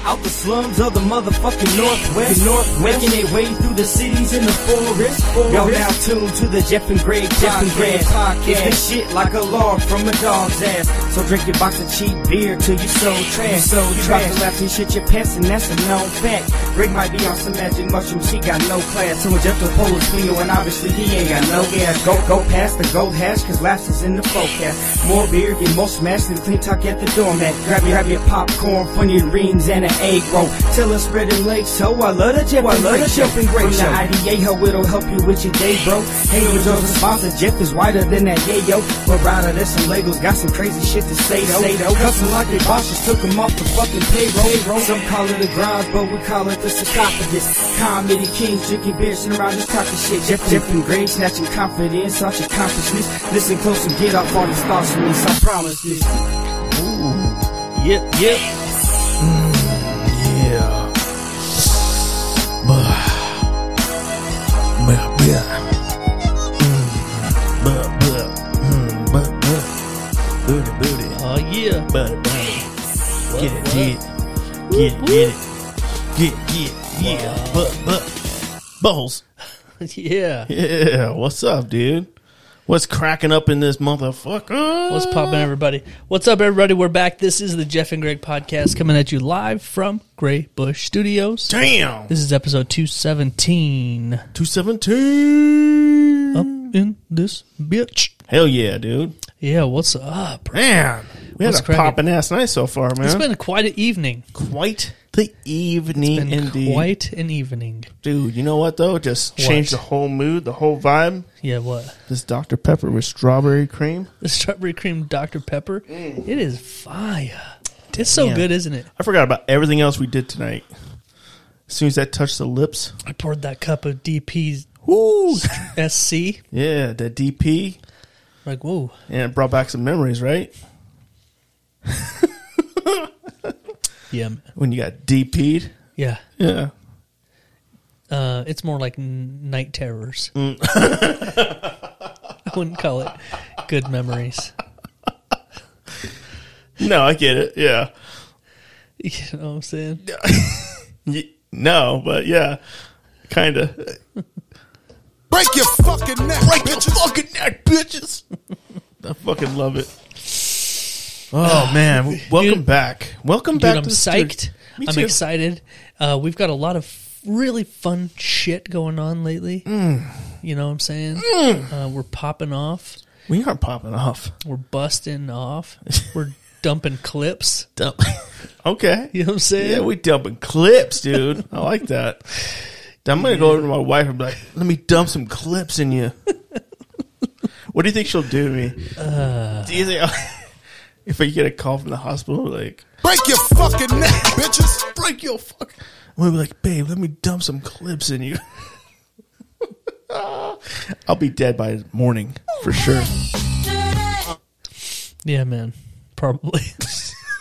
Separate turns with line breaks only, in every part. Out the slums of the motherfucking Northwest. Northwest. Making their way through the cities in the forest. Y'all now tuned to the Jeff and Greg Jeff and Greg podcast. It's the shit like a log from a dog's ass. So drink your box of cheap beer till you so trash. So you trash. about to laugh and shit your pants and that's a known fact. Greg might be on some magic mushroom, she got no class. So when Jeff the pole is finger and obviously he ain't got no gas. Go, go past the gold hash cause laughs is in the forecast. More beer, get more smashed than clean talk at the doormat. Grab your, grab your popcorn, funny rings and an egg roll. Till it's spread and lake, so I love the Jeff, I love the Jeff and Greg show. From the IDA, how it'll help you with your day, bro. Hey, yo, Joe's a sponsor, Jeff is whiter than that yayo. But rather than some Legos, got some crazy shit to say though. Say though. Custom like they boss just took him off the fucking payroll. Some call it a grind, but we call it the sarcophagus. Comedy kings drinking beer, sitting around just talking shit. Jeff, Jeff and Greg snatching confidence, out your consciousness. Listen close and get off all these thoughts from this, I promise this.
Yep, yep. yeah. Bah. Bah, bah. Mm. Bah, bah. Mm. Bah, bah. Booty, booty.
Oh yeah.
Booty, booty. Get it, get it. Get it, get it. Get it, get it. Yeah. Bah, bah. Bubbles.
yeah.
Yeah. What's up, dude? What's cracking up in this motherfucker?
What's poppin', everybody? What's up, everybody? We're back. This is the Jeff and Greg podcast coming at you live from Gray Bush Studios.
Damn.
This is episode 217.
217.
Up in this bitch.
Hell yeah, dude.
Yeah, what's up?
Man. We had
What's
a
cracking?
popping ass night so far, man.
It's been quite an evening.
quite the evening
Been
indeed.
quite an evening.
Dude, you know what though? Just changed the whole mood, the whole vibe.
Yeah, what?
This Dr. Pepper with strawberry cream.
The strawberry cream Dr. Pepper. It is fire. It's so
Damn.
good, isn't it?
I forgot about everything else we did tonight. As soon as that touched the lips.
I poured that cup of DP's
Woo!
SC.
yeah, that DP.
Like, whoa.
And it brought back some memories, right?
Yeah. man.
When you got DP'd.
Yeah.
Yeah.
Uh, it's more like n- night terrors.
Mm.
I wouldn't call it good memories.
No, I get it. Yeah.
You know what I'm saying?
Y- No, but yeah. Kinda.
Break your fucking neck, bitches.
fucking neck, bitches. I fucking love it. Oh man, welcome
Dude-
back. Welcome
Dude,
back.
I'm
to the studio.
psyched.
Me
I'm
too.
excited. Uh, we've got a lot of really fun shit going on lately.
Mm.
You know what I'm saying? Uh, we're popping off.
We are popping off.
We're busting off. We're dumping clips.
okay.
You know what I'm saying?
Yeah, we dumping clips, dude. I like that. I'm gonna go over to my wife and be like, "Let me dump some clips in you." what do you think she'll do to me? do you think if I get a call from the hospital, like,
Break your fucking neck, bitches.
break your fuck. I'm gonna be like, babe, let me dump some clips in you. I'll be dead by morning for sure.
Yeah, man. Probably.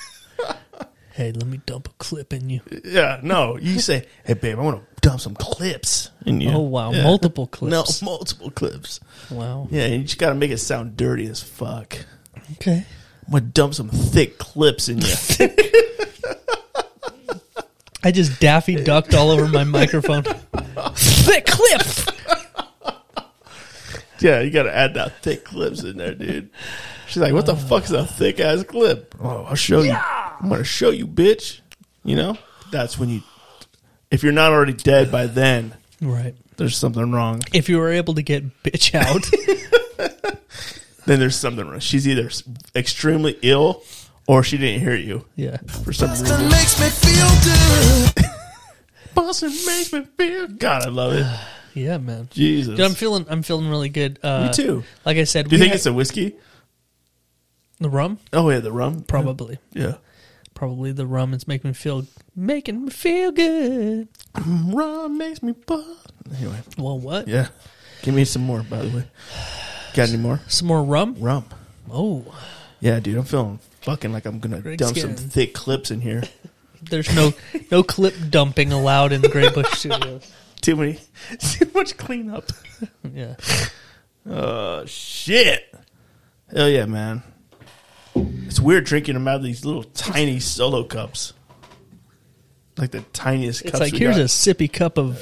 hey, let me dump a clip in you.
Yeah, no, you say, hey, babe, I want to dump some clips in you.
Oh, wow.
Yeah.
Multiple
No,
clips.
multiple clips.
Wow.
Yeah, you just gotta make it sound dirty as fuck.
Okay.
I'm gonna dump some thick clips in you.
I just Daffy ducked all over my microphone. Thick clip.
yeah, you gotta add that thick clips in there, dude. She's like, what the fuck's a thick ass clip? Oh, I'll show you. I'm gonna show you, bitch. You know, that's when you, if you're not already dead by then,
Right.
there's something wrong.
If you were able to get bitch out,
Then there's something wrong. She's either s- extremely ill or she didn't hear you
yeah.
for some reason.
That makes me feel good.
Boston makes me feel. God, I love it.
Yeah, man.
Jesus.
Dude, I'm feeling I'm feeling really good. Uh,
Me too.
Like I said,
Do you
we
think
had-
it's a whiskey?
the rum?
Oh yeah, the rum.
Probably.
Yeah.
Probably the rum is making me feel making me feel good.
Rum makes me buzz. Anyway.
Well, what?
Yeah. Give me some more, by the way. Got any more?
Some more rum?
Rum.
Oh,
Yeah, dude, I'm feeling fucking like I'm gonna
Greg's
dump
getting-
some thick clips in here.
there's no no clip dumping allowed in the Grey Bush Studios.
Too many, too much cleanup.
Yeah.
Uh, shit. Hell yeah, man. It's weird drinking them out of these little tiny solo cups. like the tiniest
It's
cups.
like
we
here's
got. Uh,
a sippy cup of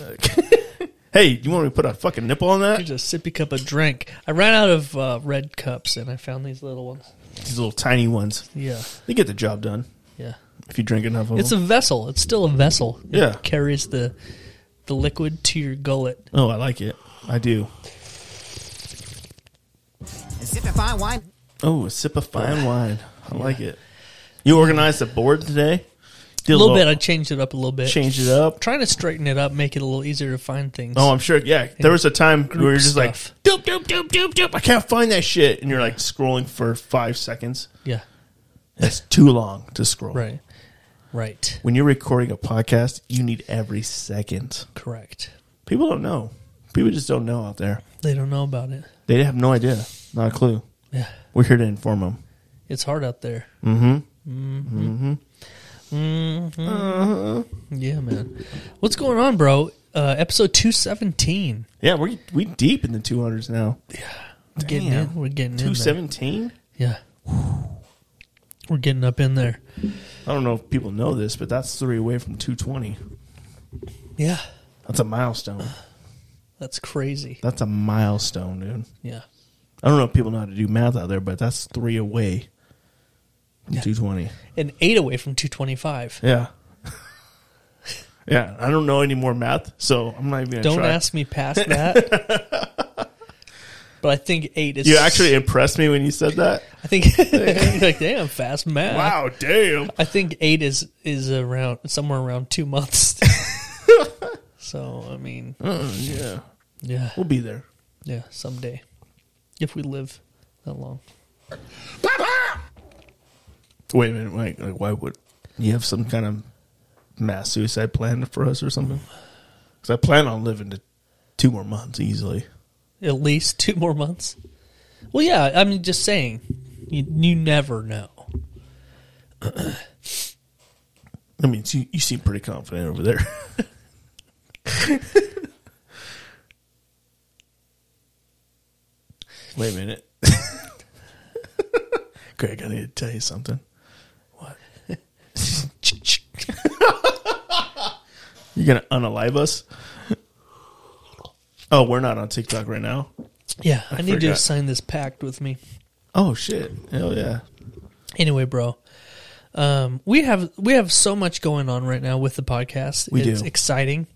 Hey, you want me to put a fucking nipple on that?
here's a sippy cup of drink. I ran out of uh, red cups and I found these little ones.
These little tiny ones.
Yeah,
They get the job done
yeah.
if you drink enough of
It's a
them.
vessel. It's still a vessel. It
Yeah.
carries the the liquid to your gullet.
oh, I like it. I do.
Sipping fine wine.
Oh, a sip of fine wine. I like it. You organized the board today? Did
A little bit. I changed it up a little bit.
Changed it up.
Trying to straighten it up, make it a little easier to find things.
Oh, I'm sure. Yeah, there was a time we were just
stuff.
like, doop, doop, doop, doop, doop. I can't find that shit, and you're like scrolling for five seconds.
yeah.
That's too long to scroll.
Right. Right.
When you're recording a podcast, you need every second.
Correct.
People don't know. People just don't know out there.
They don't know about it.
They have no idea. Not a clue.
Yeah.
We're here to inform them.
It's hard out there.
Mm-hmm. Uh-huh.
Mm-hmm. Mm-hmm. Mm-hmm. Yeah, man. What's going on, bro? Uh, episode two seventeen.
Yeah, we we deep in the 200s now.
We're getting
Damn.
in. We're getting in. there.
217.
Yeah. We're getting up in there.
I don't know if people know this, but that's three away from 220.
Yeah.
That's a milestone.
That's crazy.
That's a milestone, dude.
Yeah.
I don't know if people know how to do math out there, but that's three away from 220.
And eight away from two twenty five.
Yeah. yeah. I don't know any more math, so I'm not even going to
Don't
try.
ask me past that. but I think eight is
You actually impressed me when you said that.
I think like damn fast math.
Wow, damn.
I think eight is is around somewhere around two months. so I mean,
Uh, Yeah.
yeah,
We'll be there.
yeah, someday, if we live that long.
Wait a minute, Mike. Like, why would you have some kind of mass suicide plan for us or something? Because I plan on living to two more months easily.
at least two more months. Well, yeah, I'm just saying, you, you never know.
I mean, you, you seem pretty confident over there. Wait a minute. Greg, I need to tell you something. You're going to unalive us? Oh, we're not on TikTok right now.
Yeah, I, need you to
forgot.
sign this pact with me.
Oh, shit. Hell yeah.
Anyway, bro, um, we have we have so much going on right now with the podcast.
We
it's
do. Mm.
exciting,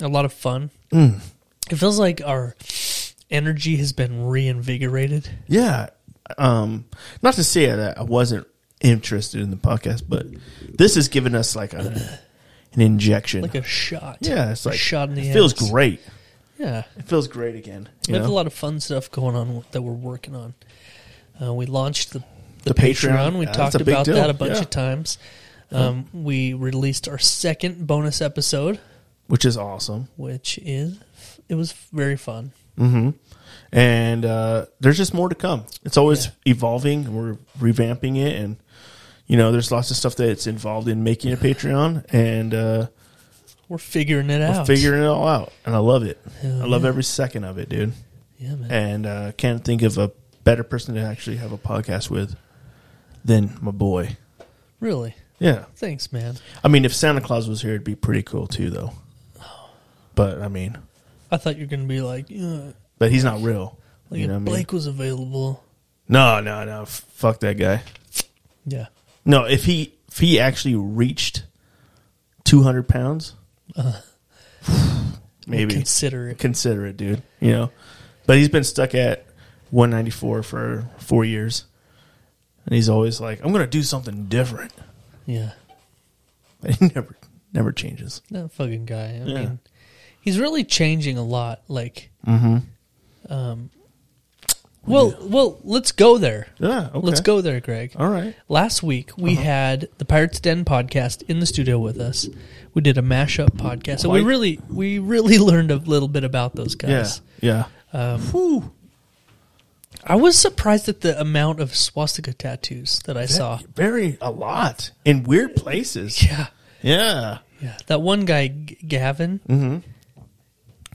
a lot of fun. It feels like our energy has been reinvigorated.
Yeah. Um, not to say that I wasn't interested in the podcast, but this has given us like a, an injection.
like a shot.
yeah, it's
A
like
shot in the
It feels
ass.
great.
Yeah,
It feels great again.
we
you
have
know?
a lot of fun stuff going on that we're working on. Uh, we launched the the,
The
Patreon.
Patreon.
We
Yeah,
talked
that's a big
about
deal.
that a bunch
Yeah.
of times. Um, we released our second bonus episode,
which is awesome.
which is it was very fun.
And uh, there's just more to come. It's always
Yeah.
evolving. and We're revamping it, and you know, there's lots of stuff that's involved in making a Patreon, and uh,
We're figuring it
we're
out.
figuring it all out. And I love it.
Hell
I love
yeah.
every second of it, dude.
yeah, man.
and uh, can't think of a better person to actually have a podcast with than my boy.
really.
Yeah,
Thanks, man.
I mean, if Santa Claus was here, it'd be pretty cool too, though. But I mean,
I thought you were gonna be like, yeah,
but he's not real.
like
you know
if
what I mean?
Blake was available.
No, no, no. F- fuck that guy.
Yeah.
No, if he if he actually reached two hundred pounds, maybe
Uh, Consider it.
consider it, dude. You know, but he's been stuck at 194 for four years, and he's always like, "I'm gonna do something different."
Yeah.
It never never changes.
That fucking guy. I
Yeah.
mean, he's really changing a lot. Like,
Mm-hmm.
um, well, well, let's go there.
Yeah, okay. Uh-huh.
Let's go there, Greg.
All right.
Last week we had the Pirates Den podcast in the studio with us. We did a mashup podcast, so we
Quite-
really, we really learned a little bit about those guys.
Yeah. Yeah.
Um,
Whew.
I was surprised at the amount of swastika tattoos that I saw.
Very a lot in weird places.
Yeah,
Yeah.
yeah. That one guy, G- Gavin,
Mm.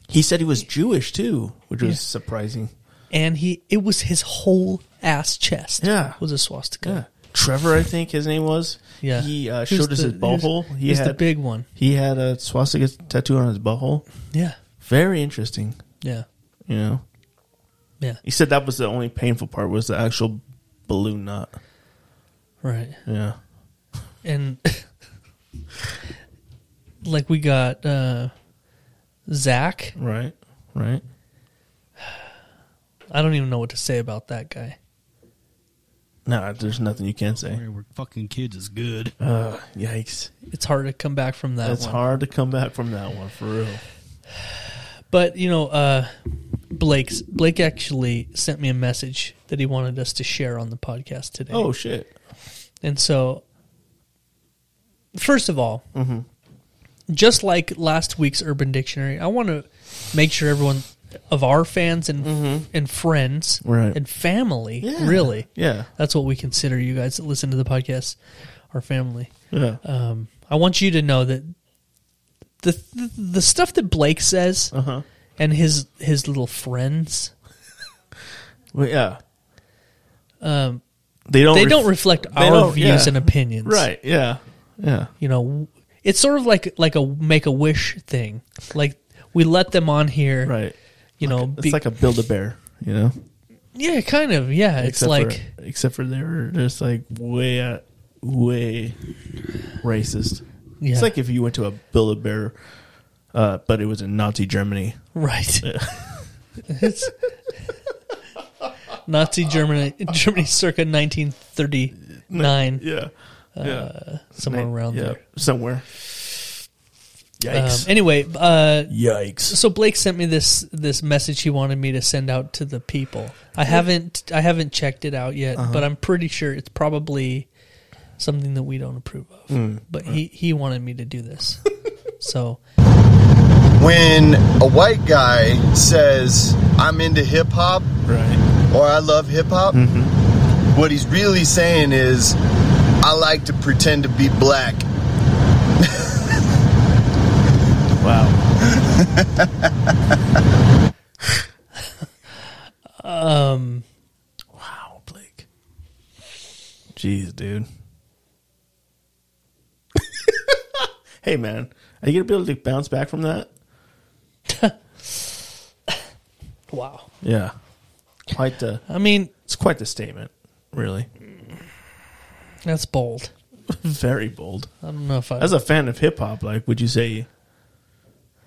He said he was Jewish too, which was surprising.
and he—it was his whole ass chest.
Yeah.
was a swastika.
Trevor, I think his name was.
Yeah.
He uh,
Who's
showed us
the-
his butthole.
who's-
He
who's
had
the big one?
He had a swastika tattoo on his butthole.
Yeah.
Very interesting.
Yeah.
You know.
Yeah.
He said that was the only painful part was the actual balloon knot.
Right.
Yeah.
and like we got uh Zach.
Right. Right.
I don't even know what to say about that guy.
No, there's nothing you can say.
Where we're fucking kids is good.
Uh, yikes.
It's hard to come back from that.
It's
one.
hard to come back from that one for real.
But you know, uh Blake's Blake actually sent me a message that he wanted us to share on the podcast today.
Oh shit.
And so, first of all,
Mm-hmm.
just like last week's Urban Dictionary, I want to make sure everyone of our fans and and friends
Mm-hmm. Right.
and family,
Yeah.
really,
Yeah.
that's what we consider you guys that listen to the podcast, our family.
Yeah.
Um, I want you to know that the the, the stuff that Blake says
Uh-huh.
and his his little friends,
Well, yeah.
um,
They don't
they
ref-
don't reflect
they
our
don't-
views
yeah.
and opinions,
Right. Yeah. Yeah.
you know it's sort of like like a make a wish thing like we let them on here
Right.
you know
It's
be-
like a build a bear, you know.
yeah kind of yeah it's
Except
like
for, except for they're just like way uh, way racist.
Yeah.
It's like if you went to a Build a Bear, uh, but it was in Nazi Germany.
right it's nazi germany germany circa 1939
Uh, Yeah, yeah,
Uh, somewhere around
yeah.
there
somewhere.
um,
Yikes!
anyway uh
Yikes!
so Blake sent me this this message he wanted me to send out to the people. I haven't I haven't checked it out yet,
Uh-huh.
but I'm pretty sure it's probably something that we don't approve of.
Hmm.
But he he wanted me to do this. so
when a white guy says i'm into hip-hop
Right?
or i love hip-hop what he's really saying is i like to pretend to be black
Wow.
um
Wow, Blake. Jeez, dude. hey, man, are you gonna be able to bounce back from that?
wow.
Yeah, quite the.
I mean
It's quite the statement, really.
that's bold.
Very bold.
I don't know if I
As a fan of hip hop, like, would you say you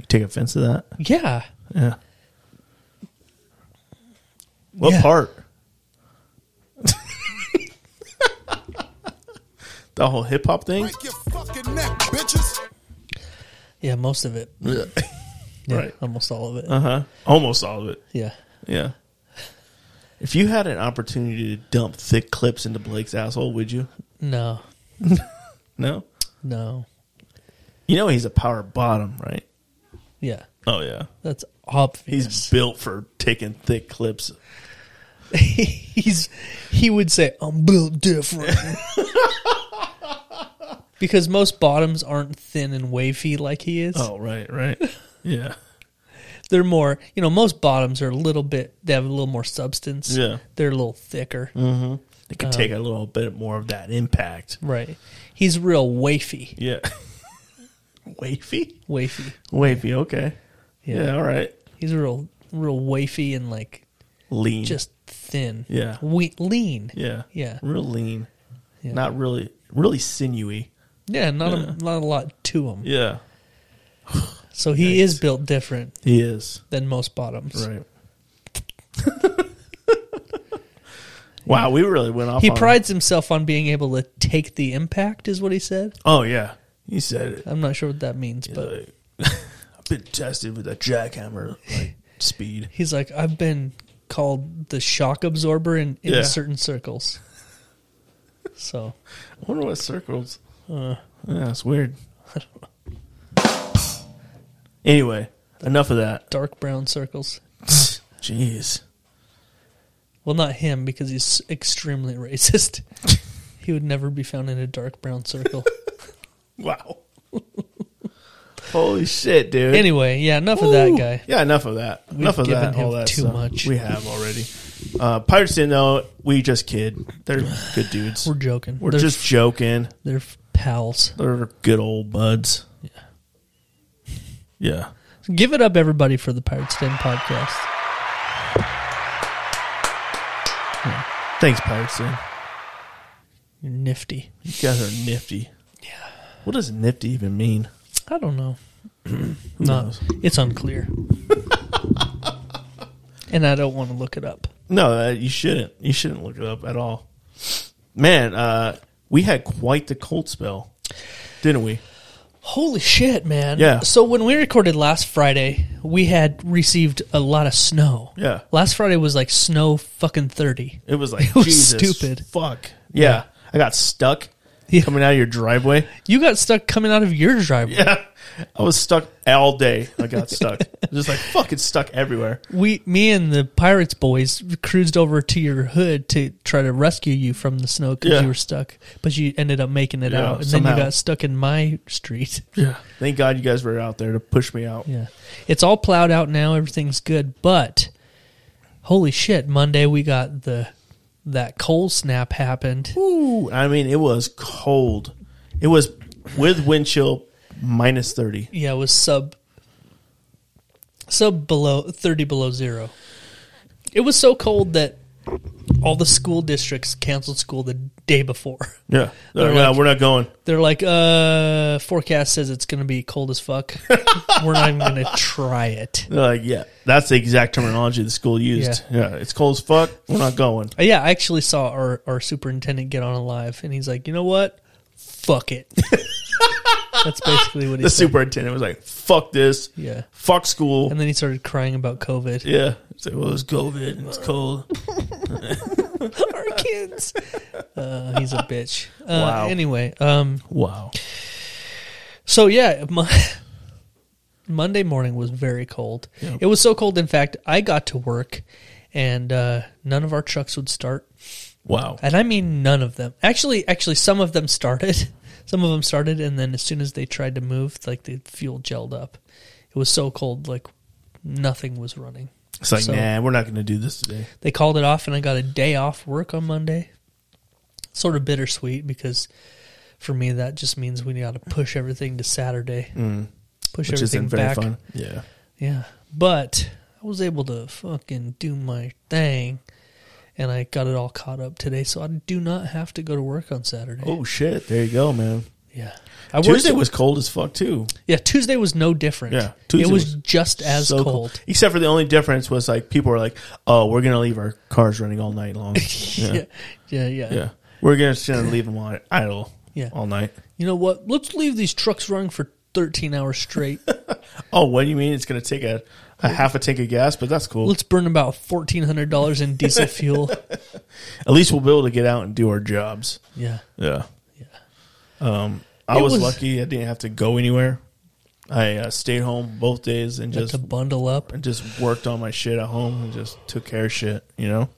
take offense to that?
yeah
Yeah. What
Yeah.
part? the whole hip hop thing,
Break your fucking neck, bitches.
yeah most of it yeah,
Right.
almost all of it
Uh huh. Almost all of it.
yeah
Yeah. If you had an opportunity to dump thick clips into Blake's asshole, would you?
no
No.
no
You know he's a power bottom, right?
yeah
Oh yeah.
that's
He's
obvious.
built for taking thick clips.
he's he would say I'm built different because most bottoms aren't thin and wavy like he is.
Oh right, right. Yeah.
They're more you know most bottoms are a little bit they have a little more substance.
Yeah. Mm.
they're a little thicker.
It could take a little bit more of that impact.
Right, he's real wavy,
Yeah. Wavy?
wavy.
Wavy, okay. Yeah. all right.
he's real real wavy and like
Lean.
just thin.
Yeah.
we- lean.
yeah.
yeah.
Real lean.
Yeah.
Not really really sinewy.
yeah, not
Yeah.
a not a lot to him.
Yeah.
So he is built different
He is.
than most bottoms.
Right. wow, we really went off
He
on-
prides himself on being able to take the impact, is what he said.
Oh yeah. He said it.
I'm not sure what that means, Uh, but
Like, I've been tested with a jackhammer like speed.
he's like, I've been called the shock absorber in, in
Yeah.
certain circles. So,
I wonder what circles. Uh, yeah, it's weird. anyway, enough of that.
dark brown circles.
Jeez.
Well, not him because he's extremely racist. he would never be found in a dark brown circle.
Wow. Holy shit, dude.
anyway, yeah, enough of that
Woo.
guy.
Yeah, enough of that. enough of
given
that.
him
all that
too
stuff.
much.
We have already. Uh, Pirates didn't know. We just kid. They're good dudes.
We're joking.
We're
They're-
just joking.
They're f- pals.
They're good old buds. Yeah. Yeah.
Give it up, everybody, for the Pirates Den podcast.
Thanks, Pirates. Man.
You're nifty.
You guys are nifty. Yeah. What does nifty even mean?
I don't know.
Who
No,
knows?
it's unclear. and I don't want to look it up.
No, uh, you shouldn't. You shouldn't look it up at all. Man, uh, we had quite the cold spell, didn't we?
Holy shit, man.
Yeah.
So when we recorded last Friday, we had received a lot of snow.
Yeah.
Last Friday was like snow fucking 30.
It was like
It was
Jesus,
stupid.
Fuck. Yeah.
Yeah.
I got stuck
Yeah.
coming out of your driveway.
You got stuck coming out of your driveway.
Yeah. I was stuck all day. I got stuck. Just like fucking stuck everywhere.
We, me and the Pirates boys cruised over to your hood to try to rescue you from the snow because
Yeah.
you were stuck, but you ended up making it
Yeah,
out. And then
somehow.
you got stuck in my street.
Yeah. Thank God you guys were out there to push me out.
Yeah. It's all plowed out now, everything's good, but holy shit, Monday we got the that cold snap happened.
Ooh, I mean, it was cold. It was with wind chill minus 30.
Yeah, it was sub sub below 30 below 0. It was so cold that all the school districts canceled school the day before.
Yeah.
They're
No,
like-
we're not going.
They're like, uh, forecast says it's going to be cold as fuck. We're not even going to try it.
They're like, yeah, that's the exact terminology the school used. Yeah. It's cold as fuck. We're not going.
Uh, Yeah, I actually saw our, our superintendent get on a live, and he's like, you know what? Fuck it. That's basically what he
The
said.
superintendent was like, fuck this.
Yeah.
Fuck school.
and then he started crying about COVID.
yeah. It's like, well, it's COVID and it's cold.
Our kids. Uh, he's a bitch. Uh,
Wow.
Anyway, um,
Wow.
So yeah, Mo- Monday morning was very cold. It was so cold, in fact, I got to work, and uh, none of our trucks would start,
Wow.
and I mean none of them. Actually, actually, some of them started. Some of them started, and then as soon as they tried to move, like the fuel gelled up. It was so cold, like nothing was running.
It's like,
So-
nah, we're not going to do this today.
They called it off, and I got a day off work on Monday. Sort of bittersweet because for me that just means we got to push everything to Saturday. Push
Mm. Which
everything
isn't very
back.
fun. Yeah.
Yeah. But I was able to fucking do my thing and I got it all caught up today, so I do not have to go to work on Saturday.
Oh, shit. There you go, man.
yeah. I
Tuesday
worked,
was cold as fuck, too.
Yeah, Tuesday was no different.
Yeah, Tuesday
it was,
was
just as
So
cold.
Except for the only difference was like people were like, "Oh, we're gonna leave our cars running all night long." Yeah,
Yeah. Yeah, yeah.
yeah. we're gonna just gonna leave them on idle.
Yeah.
all night.
You know what? Let's leave these trucks running for 13 hours straight.
Oh, what do you mean? It's gonna take a, a half a tank of gas, but that's cool.
Let's burn about $1400 in diesel fuel.
At least we'll be able to get out and do our jobs.
Yeah.
Yeah, yeah. Um, I
It
was,
was-
lucky; I didn't have to go anywhere. I uh, stayed home both days and
Just
just
to bundle up.
and just worked on my shit at home and just took care of shit, you know.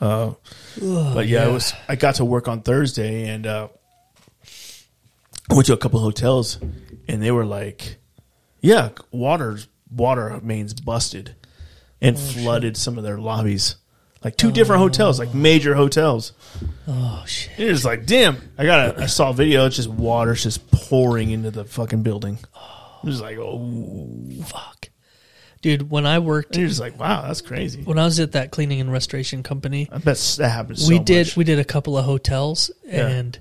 Uh, but yeah, it
yeah.
was. I got to work on Thursday and uh, I went to a couple hotels, and they were like, "Yeah, water's water mains busted,
Oh,
and flooded some of their lobbies." Like two different hotels, like major hotels.
Oh shit.
And It was like, damn, I got a, I saw a video. It's just water's just pouring into the fucking building. It was like, oh,
Fuck. Dude, when I worked
and you're just like, wow, that's crazy.
when I was at that cleaning and restoration company,
I bet that happens.
we
so
did
much.
we did a couple of hotels
Yeah.
and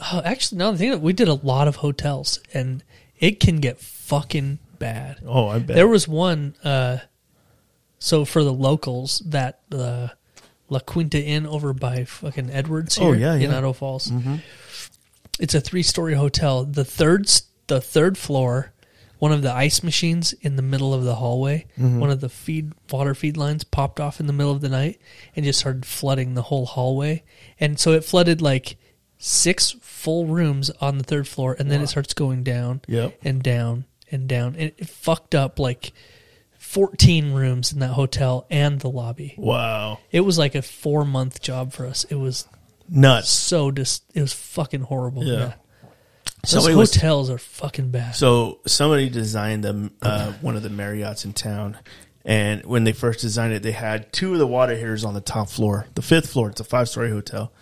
oh, actually no the thing that we did a lot of hotels and it can get fucking bad.
Oh, I bet
There was one uh so for the locals that uh, La Quinta Inn over by fucking Edwards here
Oh, yeah,
in
yeah.
Idaho Falls. It's a three-story hotel. The third s- the third floor one of the ice machines in the middle of the hallway, one of the feed water feed lines popped off in the middle of the night and just started flooding the whole hallway. And so it flooded like six full rooms on the third floor and then it starts going down
Yep.
and down and down. And it fucked up like 14 rooms in that hotel and the lobby.
wow
It was like a 4 month job for us. It was
nuts.
so just it was fucking horrible.
Yeah.
Yeah. Those
Somebody was-
hotels are fucking bad.
So somebody designed the uh, one of the Marriotts in town, And when they first designed it, they had two of the water heaters on the top floor, the fifth floor. It's a five story hotel,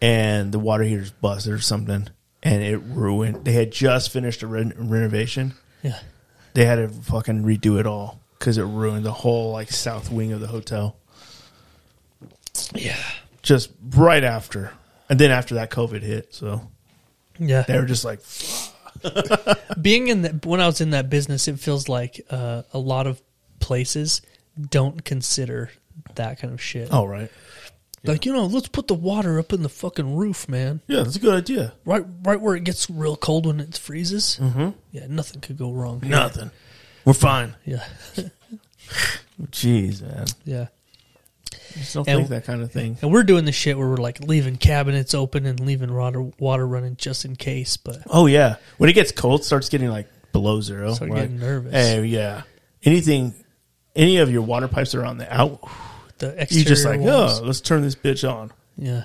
and the water heaters busted or something, and it ruined. They had just finished a ren- renovation.
Yeah.
They had to fucking redo it all because it ruined the whole like south wing of the hotel.
Yeah.
Just right after, and then after that, COVID hit. So
Yeah.
they were just like,
being in that when I was in that business, it feels like uh, a lot of places don't consider that kind of shit.
"All right,
Like you know, let's put the water up in the fucking roof, man.
yeah, that's a good idea."
Right, right where it gets real cold when it freezes. Mm-hmm. Yeah, nothing could go wrong. here.
Nothing. We're fine.
Yeah,
Jeez, man.
yeah.
Just don't
And-
think that kind of thing.
And we're doing the shit where we're like leaving cabinets open and leaving water water running just in case. But
Oh yeah. When it gets cold, it starts getting like below zero.
Start
We're
getting
like,
nervous.
Hey, yeah. Anything, any of your water pipes that are on the out.
the exterior
You just like,
walls,
oh, let's turn this bitch on
yeah,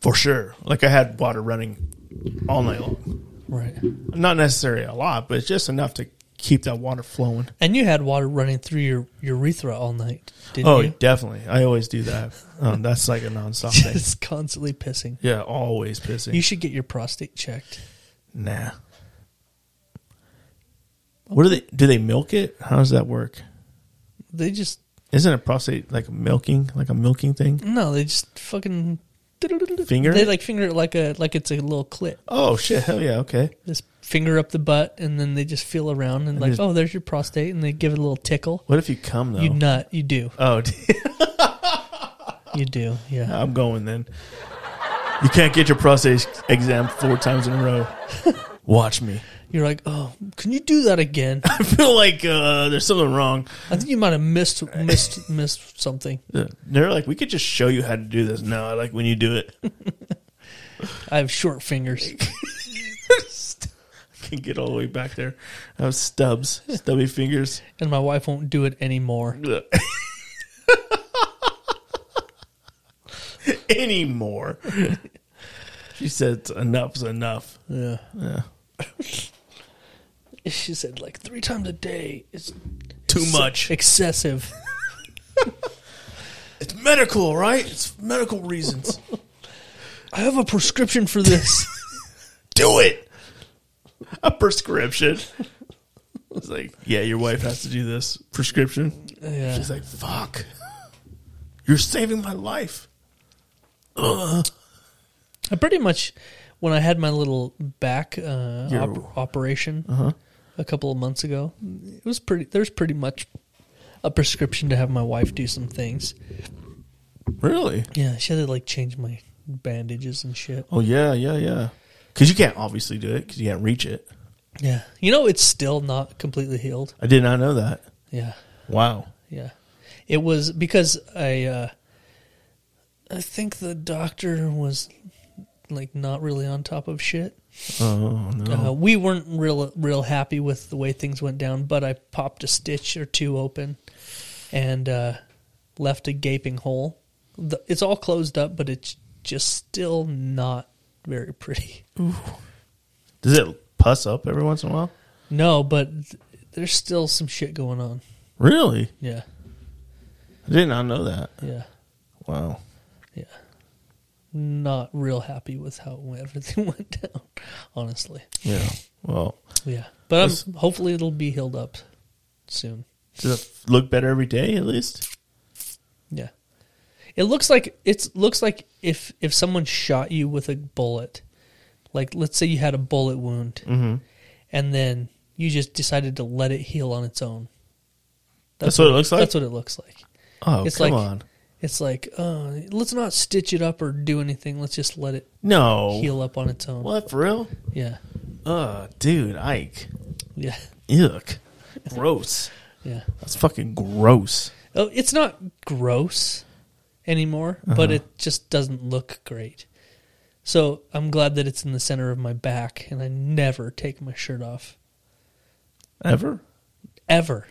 for sure. Like I had water running all night long.
right.
Not necessarily a lot, but it's just enough to keep that water flowing.
And you had water running through your urethra all night, didn't
Oh,
you?
definitely. I always do that. Um, that's like a nonstop thing.
Just constantly pissing.
Yeah, always pissing.
You should get your prostate checked.
Nah. What do they do? They milk it? How does that work?
They just
Isn't a prostate like milking, like a milking thing?
no, they just fucking
Finger
They
it?
like finger it like a like it's a little clip.
Oh shit! Hell yeah! Okay.
Just finger up the butt, and then they just feel around and like,
just-
oh, there's your prostate, and they give it a little tickle.
What if you come though?
You nut, you do,
oh,
you do, yeah.
I'm going then. You can't get your prostate exam four times in a row. Watch me.
You're like, oh, can you do that again?
I feel like uh, there's something wrong.
I think you might have missed missed missed something.
They're like, we could just show you how to do this. No, I like when you do it.
I have short fingers.
can get all the way back there. I have stubs, stubby fingers.
and my wife won't do it anymore.
Ugh. Anymore. she said enough's enough.
Yeah.
Yeah.
She said like three times a day. It's
Too much.
excessive.
It's medical, right? It's medical reasons.
I have a prescription for this.
Do it. A prescription. It's like, yeah, your wife has to do this prescription.
Uh, yeah.
She's like, fuck. You're saving my life.
I pretty much when I had my little back uh,
Your- Uh-huh.
op- operation a couple of months ago, it was pretty. There's pretty much a prescription to have my wife do some things.
Really?
Yeah, she had to like change my bandages and shit.
Oh yeah, yeah, yeah. Because you can't obviously do it because you can't reach it.
Yeah, you know it's still not completely healed.
I did not know that.
Yeah,
Wow.
yeah. It was because I, uh, I think the doctor was like not really on top of shit.
Oh no.
Uh, we weren't real real happy with the way things went down, but I popped a stitch or two open and uh, left a gaping hole. The, it's all closed up, but it's just still not very pretty.
Does it puss up every once in a while?
No, but th- there's still some shit going on.
Really?
Yeah,
I did not know that.
yeah,
Wow.
yeah. Not real happy with how it went- everything went down, honestly.
Yeah. Well,
Yeah, but
Listen-
I'm, hopefully it'll be healed up soon.
does it look better every day at least?
Yeah. It looks like it's looks like if if someone shot you with a bullet, like let's say you had a bullet wound,
Mm-hmm.
and then you just decided to let it heal on its own.
That's what it looks like?
That's what it looks like.
Oh,
It's
come
like-
on.
It's like uh, let's not stitch it up or do anything. Let's just let it
No.
heal up on its own.
Oh. What for real?
Yeah,
Uh, dude, Ike.
yeah,
Yuck. Gross.
yeah.
That's fucking gross.
Oh, it's not gross anymore, but it just doesn't look great. So I'm glad that it's in the center of my back, and I never take my shirt off
Ever?
ever.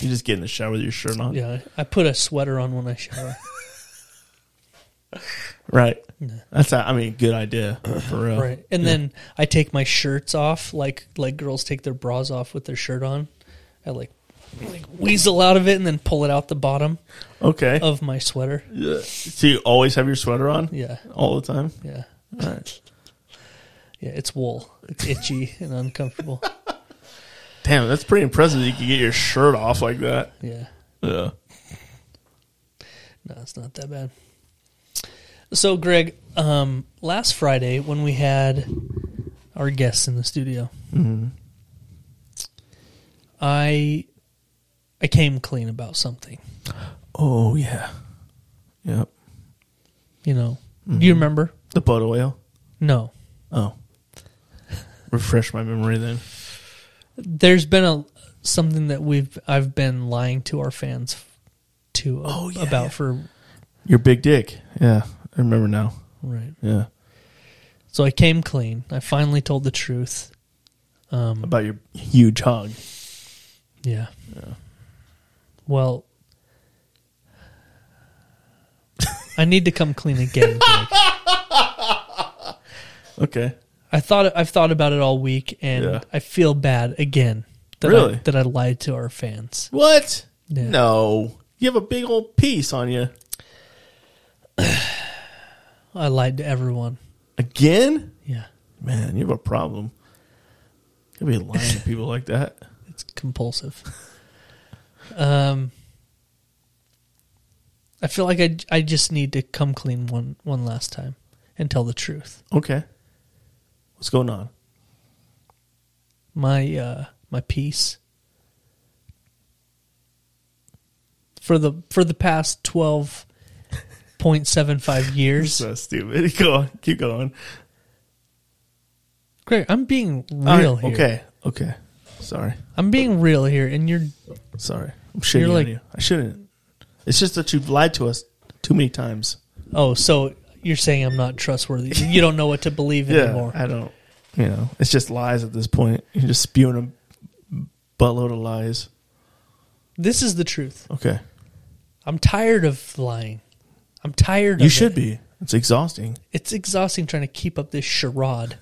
You just get in the shower with your shirt on.
Yeah, I put a sweater on when I shower.
Right. That's a, I mean, good idea for real.
right, and then I take my shirts off, like like girls take their bras off with their shirt on. I like like weasel out of it and then pull it out the bottom
Okay.
of my sweater.
Yeah. so you always have your sweater on?
Oh. Yeah,
All the time?
yeah, yeah. It's wool. It's itchy and uncomfortable.
Damn, that's pretty impressive. You can get your shirt off like that.
Yeah,
Yeah.
no, it's not that bad. So, Greg, um, last Friday when we had our guests in the studio,
Mm-hmm.
I I came clean about something.
Oh, yeah. Yep.
You know, do
Mm-hmm.
you remember?
The butt oil.
No,
Oh. Refresh my memory then.
there's been a something that we've I've been lying to our fans f- to
Oh, yeah,
about
yeah.
for
Your big dick. Yeah. I remember now.
right.
Yeah.
So I came clean. I finally told the truth.
About your huge hog.
Yeah. Well, I need to come clean again. Jake.
Okay.
I thought I've thought about it all week, and
Yeah.
I feel bad again. That
Really?
I, that I lied to our fans.
What?
Yeah.
No. You have a big old piece on you.
I lied to everyone.
Again?
Yeah,
Man, you have a problem. You'll be lying to people like that.
it's compulsive. Um, I feel like I I just need to come clean one one last time and tell the truth.
Okay. What's going on?
my uh my piece for the for the past 12.75 years
So stupid. Go on. Keep going.
Greg, i'm being real
All right,
here
Okay. Okay. Sorry.
i'm being real here and you're
Sorry. I'm shitting
You're
on
like-
you. I shouldn't. It's just that you've lied to us too many times.
oh so you're saying i'm not trustworthy you don't know what to believe anymore
I don't. You know, it's just lies at this point. You're just spewing a buttload of lies.
this is the truth
Okay.
i'm tired of lying i'm tired
You
of
should
it.
be. It's exhausting.
it's exhausting trying to keep up this charade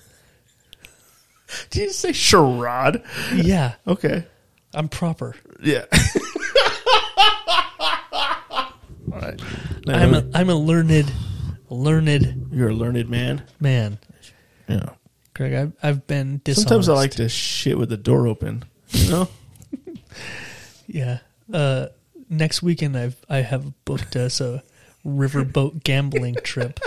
Did you say charade?
yeah
Okay.
i'm proper
Yeah. All right.
i'm a i'm a learned learned
you're a learned man.
man
Yeah.
Greg, I've, I've been dishonest.
Sometimes I like to shit with the door open. You know?
Yeah. Uh, next weekend, I've I have booked us a riverboat gambling trip.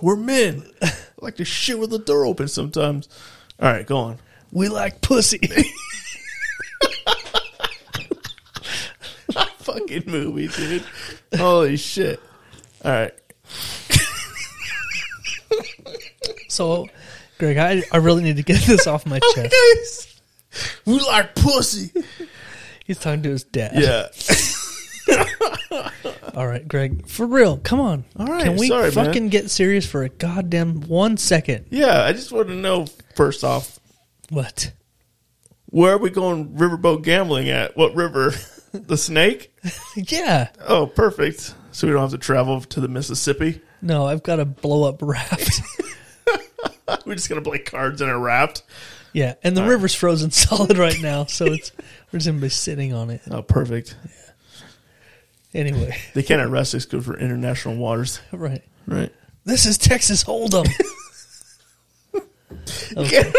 We're men. I like to shit with the door open sometimes. All right, go on.
We like pussy.
Fucking movie, dude. Holy shit. All right.
so, Greg, I I really need to get this off
Oh
my chest.
We like pussy.
He's talking to his dad.
Yeah.
All right, Greg, for real, come on.
All right,
Can we
sorry, man.
fucking get serious for a goddamn one second?
Yeah, I just want to know first off,
What?
where are we going riverboat gambling at? What river? The snake?
Yeah.
Oh, perfect. So we don't have to travel to the Mississippi.
No, I've got a blow up raft.
We're just going to play cards in a raft.
yeah, and the river's frozen solid right now, so it's we're just gonna be sitting on it
Oh, perfect.
anyway.
They can't arrest us because we're international waters.
Right.
Right.
This is Texas Hold'em. Okay.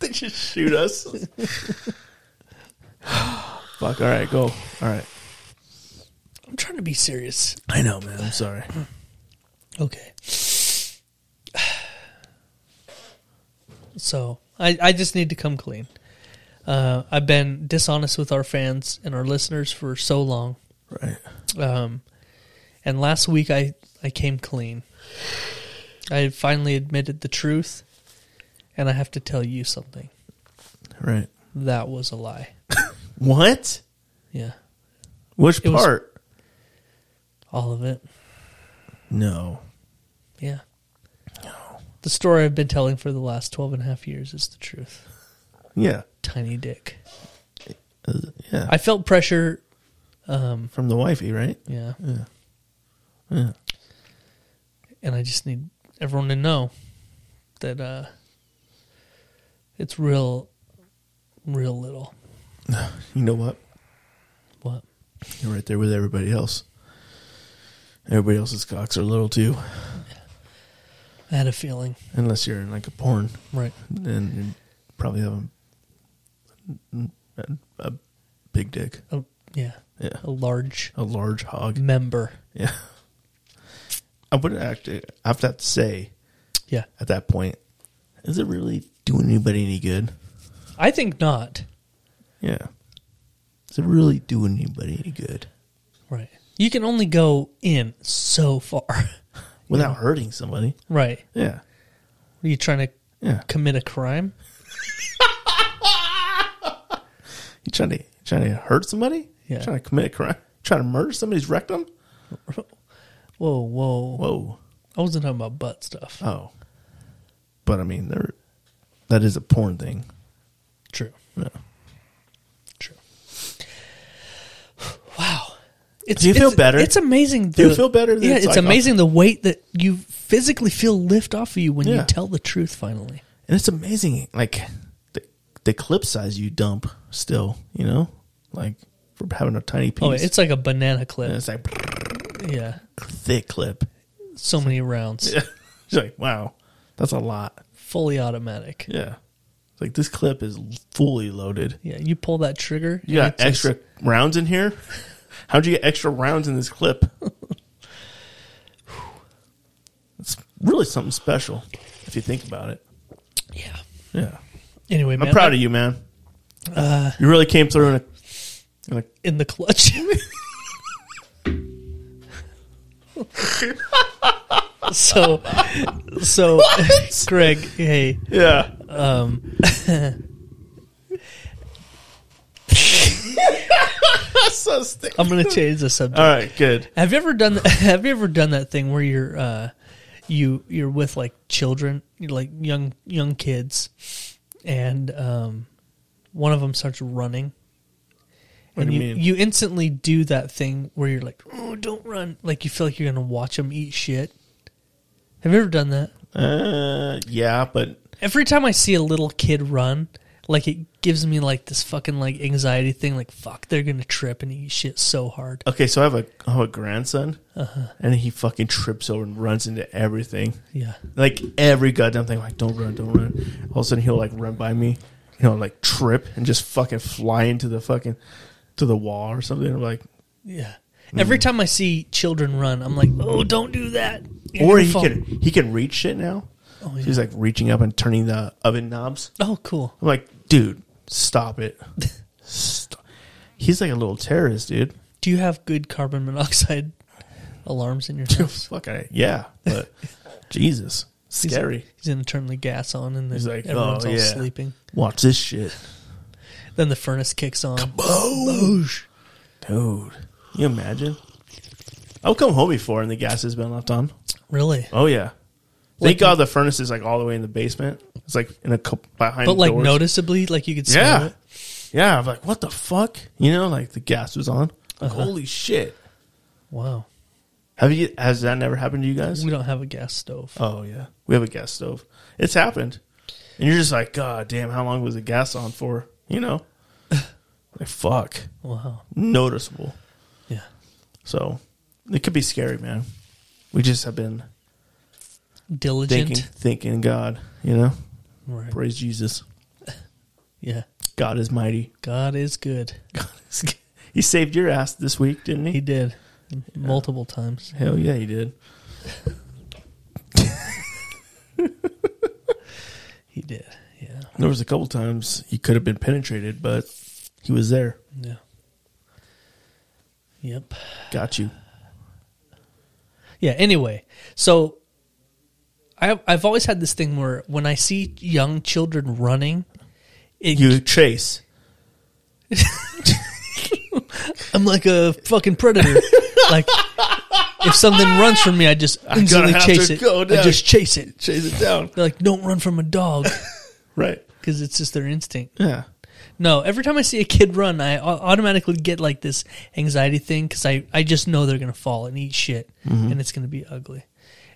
They just shoot us. Fuck. All right, go. All right.
I'm trying to be serious.
I know, man. I'm sorry.
Okay. So I, I just need to come clean. Uh, I've been dishonest with our fans and our listeners for so long.
Right.
Um, and last week I, I came clean. I finally admitted the truth, and I have to tell you something.
Right.
That was a lie.
What?
Yeah,
Which
It was-
part?
all of it.
no.
Yeah. The story I've been telling for the last 12 and a half years is the truth.
Yeah.
Tiny dick.
Yeah.
I felt pressure.
From the wifey, right?
Yeah. And I just need everyone to know that uh, it's real, real little.
You know what?
What?
You're right there with everybody else. Everybody else's cocks are little too,
I had a feeling.
unless you're in like a porn,
Right.
then you probably have a, a big dick,
Oh, yeah.
Yeah.
A large
a large hog.
member.
Yeah, I would actually I have to say
Yeah.
at that point, is it really doing anybody any good?
I think not.
Yeah, is it really doing anybody any good
Right. You can only go in so far.
without hurting somebody?
right.
Yeah,
Are you trying to
yeah.
commit a crime?
You trying to trying to hurt somebody?
Yeah.
Trying to commit a crime? Trying to murder somebody's rectum?
Whoa, whoa.
Whoa.
I wasn't talking about butt stuff.
Oh. But I mean, there. That is a porn thing.
True.
Yeah.
True. Wow. It's,
Do you feel
it's-
better?
It's amazing.
Do you feel better that
Yeah,
it's
it's,
like-
amazing the weight that you physically feel lift off of you when
Yeah.
you tell the truth finally.
And it's amazing, like the the clip size you dump. Still, you know, like for having a tiny piece.
Oh, it's like a banana
and
clip.
it's like
Yeah.
thick clip.
So many rounds.
It's like wow, that's a lot.
Fully automatic.
Yeah. It's like this clip is fully loaded.
Yeah. You pull that trigger.
You got
it's a-
extra rounds in here. How'd you get extra rounds in this clip? it's really something special if you think about it.
Yeah.
Yeah.
Anyway,
I'm
man,
proud of you, man. you really came through in a, in a
In the clutch. so, so, Greg, hey,
yeah. Um. so sti-
I'm gonna change the subject.
All right, good.
Have you ever done? Have you ever done that thing where you're, uh, you you're with like children, you're like young young kids, and um, one of them starts running,
What
and
do you
you
mean?
you instantly do that thing where you're like, oh, don't run! Like you feel like you're gonna watch them eat shit. Have you ever done that?
Uh, yeah, but
Every time I see a little kid run, like it gives me like this fucking like anxiety thing. Like fuck, they're gonna trip and eat shit so hard.
okay. So I have a I have a grandson,
Uh-huh.
and he fucking trips over and runs into everything.
Yeah,
like every goddamn thing. Like, don't run, don't run. All of a sudden, he'll like run by me, you know, like trip and just fucking fly into the fucking to the wall or something. I'm like,
yeah.
Mm.
Every time I see children run, I'm like, oh, don't do that. You're
or
gonna
he
fall.
can he can reach shit now. So He's like reaching up and turning the oven knobs.
Oh, cool.
I'm like, dude, stop it. Stop. He's like a little terrorist, dude.
Do you have good carbon monoxide alarms in your house?
Fuck, I, yeah, but Jesus,
He's-
scary.
He's, gonna turn the gas on, and then
He's like,
everyone's
oh
all
yeah,
sleeping.
Watch this shit,
Then the furnace kicks on.
dude. You imagine? I'll come home before and the gas has been left on.
Really?
Oh yeah.
Like-
Thank God the furnace is like all the way in the basement. It's like in a couple behind.
But like
doors.
noticeably, like you could smell
Yeah.
it.
Yeah. I'm like, what the fuck? You know, like the gas was on. Like, Holy shit.
Wow.
Have you? Has that never happened to you guys?
We don't have a gas stove.
Oh yeah, we have a gas stove. It's happened, and you're just like, God damn, how long was the gas on for? You know, like fuck,
Wow.
noticeable.
Yeah.
So it could be scary, man. We just have been
Diligent.
thinking, thinking God. You know,
Right.
praise Jesus.
Yeah.
God is mighty.
God is good.
God is good. He saved your ass this week, didn't
He
he?
did multiple times.
Hell yeah, he did.
He did. Yeah.
There was a couple times he could have been penetrated, but he was there.
Yeah. Yep.
Got you.
Yeah. Anyway, so I I've always had this thing where when I see young children running, it,
You chase.
I'm like a fucking predator. like if something runs from me, I just
I'm
instantly
gonna have
chase
to
it.
go
I
down.
just chase it.
Chase it down.
They're like, don't run from a dog
Right.
because it's just their instinct.
Yeah.
No, every time I see a kid run, I au- automatically get like this anxiety thing because I, I just know they're gonna fall and eat shit,
Mm-hmm.
and it's gonna be ugly.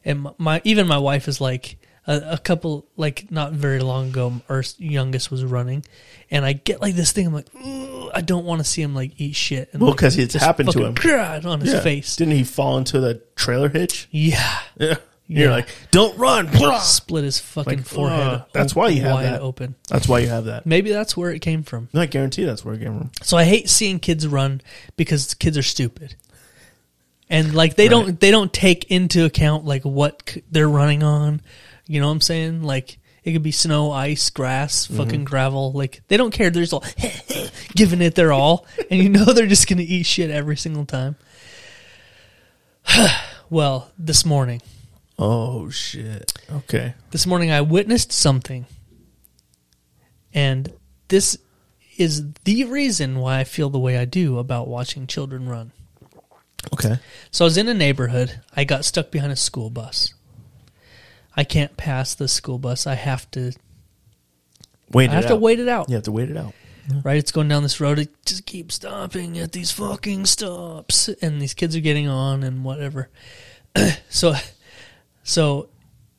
And my, my even my wife is like a, a couple like not very long ago, our s- youngest was running, and I get like this thing. I'm like, "Ugh, I don't want to see him like eat shit. And,
Well,
like,
'cause it's
just
happened to
fucking
him.
grrr on his
Yeah.
face.
Didn't he fall into the trailer hitch?
yeah,
Yeah. You're
Yeah.
like, don't run.
split his fucking
Like,
forehead.
uh, that's why you have
wide
that.
open.
That's why you have that.
Maybe that's where it came from.
No, I guarantee that's where it came from.
So I hate seeing kids run because kids are stupid, and like they don't they don't take into account like what c- they're running on. You know what I'm saying? Like it could be snow, ice, grass, fucking gravel. Like they don't care. They're just all giving it their all, and you know they're just gonna eat shit every single time. well, this morning,
Oh shit. Okay.
this morning I witnessed something, and this is the reason why I feel the way I do about watching children run.
Okay.
So I was in a neighborhood. I got stuck behind a school bus. I can't pass the school bus. I have to.
Wait.
I have to wait it out.
You have to wait it out.
Right? It's going down this road. It just keeps stopping at these fucking stops, and these kids are getting on and whatever. so, so,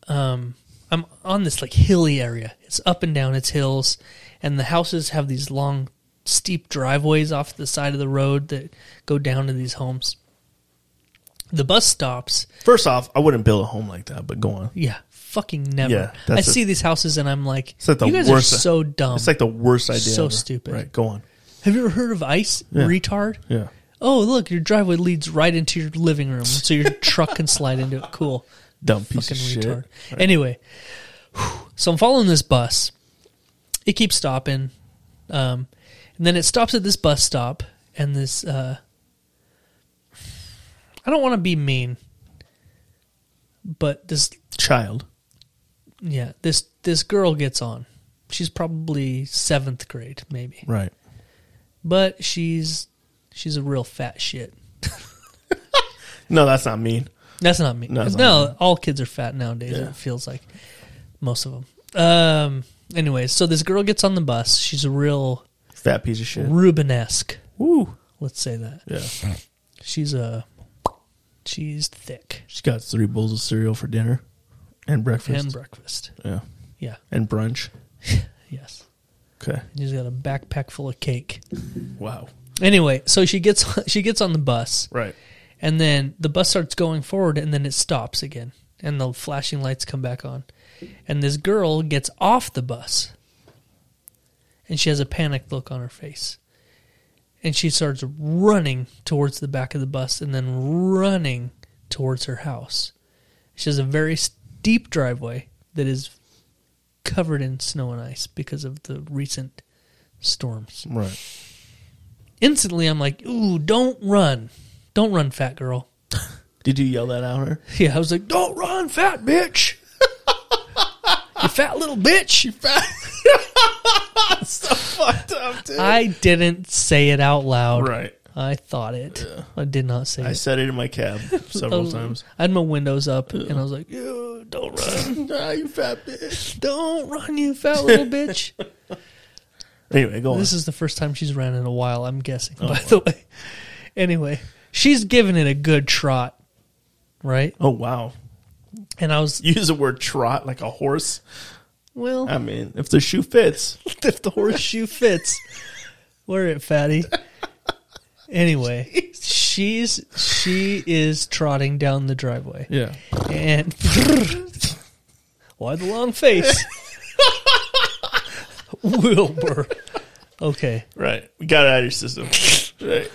um, I'm on this like hilly area. It's up and down. It's hills, and the houses have these long, steep driveways off the side of the road that go down to these homes. The bus stops.
First off, I wouldn't build a home like that, but go on.
Yeah, fucking never.
Yeah,
I
that's it.
see these houses and I'm like,
It's like the
you guys
worst.
are so dumb.
It's like the worst idea.
So
ever.
stupid.
Right. Go on.
Have you ever heard of ice,
Yeah.
retard?
Yeah.
Oh, look, your driveway leads right into your living room, so your truck can slide into it. Cool.
Dumb piece
Fucking
of shit.
retard. Anyway, whew, so I'm following this bus. It keeps stopping. Um, and then it stops at this bus stop, and this. Uh, I don't want to be mean, but this
Child.
yeah this this girl gets on she's probably seventh grade maybe
Right.
but she's she's a real fat shit
No, that's not mean.
that's not me no,
No, it's not
all kids are fat nowadays
Yeah.
it feels like most of them um anyways so this girl gets on the bus she's a real
Fat piece of shit.
rubenesque
Woo.
let's say that
Yeah.
she's a she's thick
She got three bowls of cereal for dinner and breakfast.
and breakfast
yeah.
yeah
And brunch.
yes
Okay.
she's got a backpack full of cake
Wow.
anyway so she gets she gets on the bus
Right.
and then the bus starts going forward and then it stops again and the flashing lights come back on and this girl gets off the bus and she has a panicked look on her face and she starts running towards the back of the bus and then running towards her house she has a very steep driveway that is covered in snow and ice because of the recent storms
Right.
instantly i'm like ooh don't run don't run fat girl
Did you yell that out at her?
yeah, I was like, "Don't run, fat bitch! you fat little bitch! You fat!"
Fucked up, dude.
I didn't say it out loud.
Right.
I thought it. I did not say
I
it.
said it in my cab several
I-
times.
I had my windows up, and I was like, "You don't run!
Ah, you fat bitch.
don't run, you fat little bitch!"
Oh, Anyway, go on.
This is the first time she's ran in a while, I'm guessing,
Oh,
by the way. Anyway, she's giving it a good trot, right?
oh wow.
And I was,
You use the word trot like a horse.
well,
I mean, if the shoe fits,
if the horseshoe fits, wear it, fatty. Anyway, she's she is trotting down the driveway,
yeah.
and why the long face, Wilbur? Okay,
Right. We got it out of your system. right.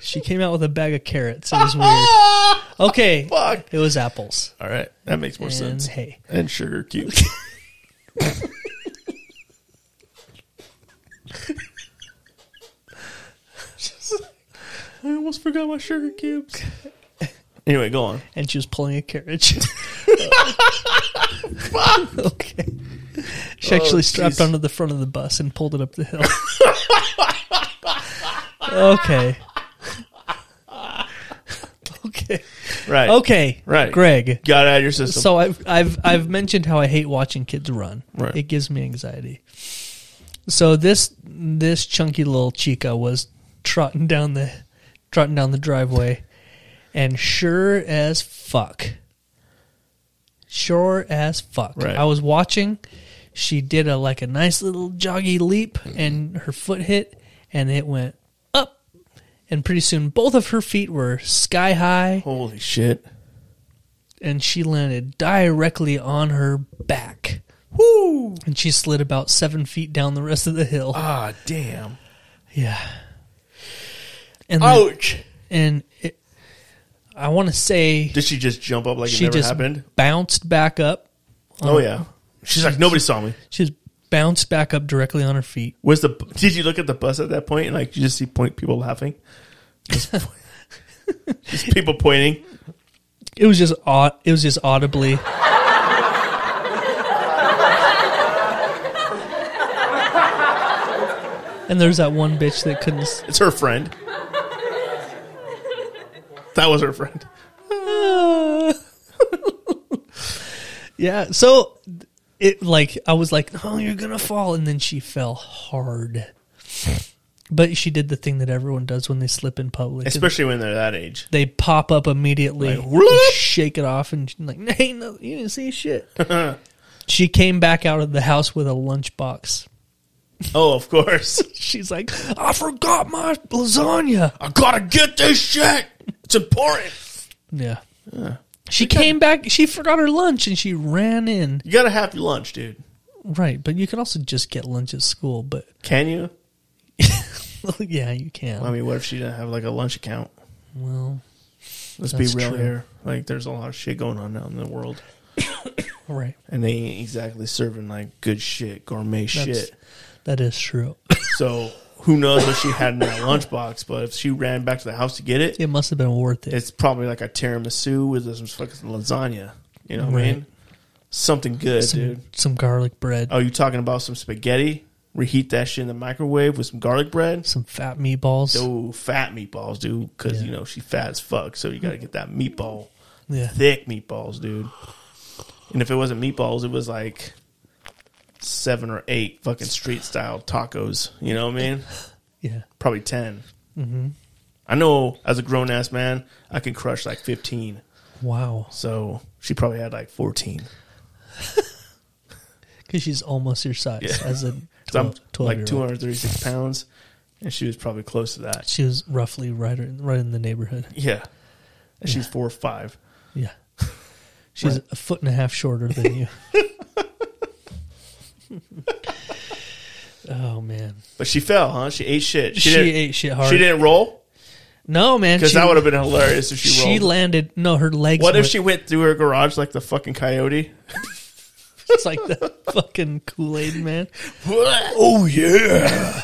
she came out with a bag of carrots. It was weird. Okay,
Fuck.
it was apples.
All right. That makes more
And
sense.
hey.
And sugar cube. I almost forgot my sugar cubes. Anyway, go on.
and she was pulling a carriage. okay. She actually strapped
Oh, jeez.
onto the front of the bus and pulled it up the hill. okay. okay.
Right.
Okay.
Right.
Greg.
Got it out of your system.
So I've I've I've mentioned how I hate watching kids run.
Right.
It gives me anxiety. So this this chunky little chica was trotting down the trotting down the driveway, and sure as fuck, sure as fuck,
Right.
I was watching. She did a like a nice little joggy leap,
Mm-hmm.
and her foot hit, and it went up, and pretty soon both of her feet were sky high,
Holy shit.
and she landed directly on her back. Woo! And she slid about seven feet down the rest of the hill.
Ah, damn.
Yeah. And then-
Ouch.
and it, I want to say
Did she just jump up like it
she
never
just uh,
happened?
bounced back up.
Oh yeah. She's like nobody saw me.
She just bounced back up directly on her feet.
Where's the? Did you look at the bus at that point? And like you just see point people laughing. Just, just people pointing.
It was just au- it was just audibly. and there's that one bitch that couldn't. s-
It's her friend. That was her friend.
yeah, so it like I was like, "Oh, you're going to fall." And then she fell hard. But she did the thing that everyone does when they slip in public. and
Especially when they're that age.
they pop up immediately.
Like,
You
whoop.
shake it off and like, hey, no, you didn't see shit. she came back out of the house with a lunchbox.
Oh, of course.
She's like, I forgot my lasagna.
I gotta get this shit. It's important.
Yeah. She came back. She forgot her lunch and she ran in.
You gotta have your lunch, dude.
Right, but you can also just get lunch at school. But
Can you?
yeah, you can.
I mean, what if she didn't have like a lunch account?
well,
Let's
That's
be real
true.
here. Like, there's a lot of shit going on out in the world,
right.
and they ain't exactly serving like good shit, gourmet
That's,
shit.
That is true.
So who knows what she had in that lunchbox? But if she ran back to the house to get it,
It must have been worth it.
it's probably like a tiramisu with some fucking lasagna. You know what I
Right.
mean? Something good,
some,
dude.
some garlic bread,
Oh, you talking about some spaghetti? Reheat that shit in the microwave with some garlic bread.
some fat meatballs.
Oh, fat meatballs, dude. Because
Yeah.
you know she fat as fuck, so you got to get that meatball,
Yeah.
thick meatballs, dude. And if it wasn't meatballs, it was like seven or eight fucking street style tacos. You know what I mean?
Yeah.
Probably 10 I know as a grown ass man, I can crush like fifteen.
Wow.
So she probably had like fourteen.
Because she's almost your size
Yeah.
as a
'Cause I'm
12, 12
like
year
two
old.
hundred thirty six pounds, and she was probably close to that.
She was roughly right, in- right in the neighborhood.
Yeah, and she's four or five.
Yeah. She's a foot and a half shorter than you. oh, man.
But she fell, huh? She ate shit.
She,
didn't-
ate shit hard.
She didn't roll
No, man.
because
she-
that would have been hilarious if she,
She
rolled.
landed. No, her legs.
what if
went-
she went through her garage like the fucking coyote?
It's like the fucking Kool Aid man.
oh yeah!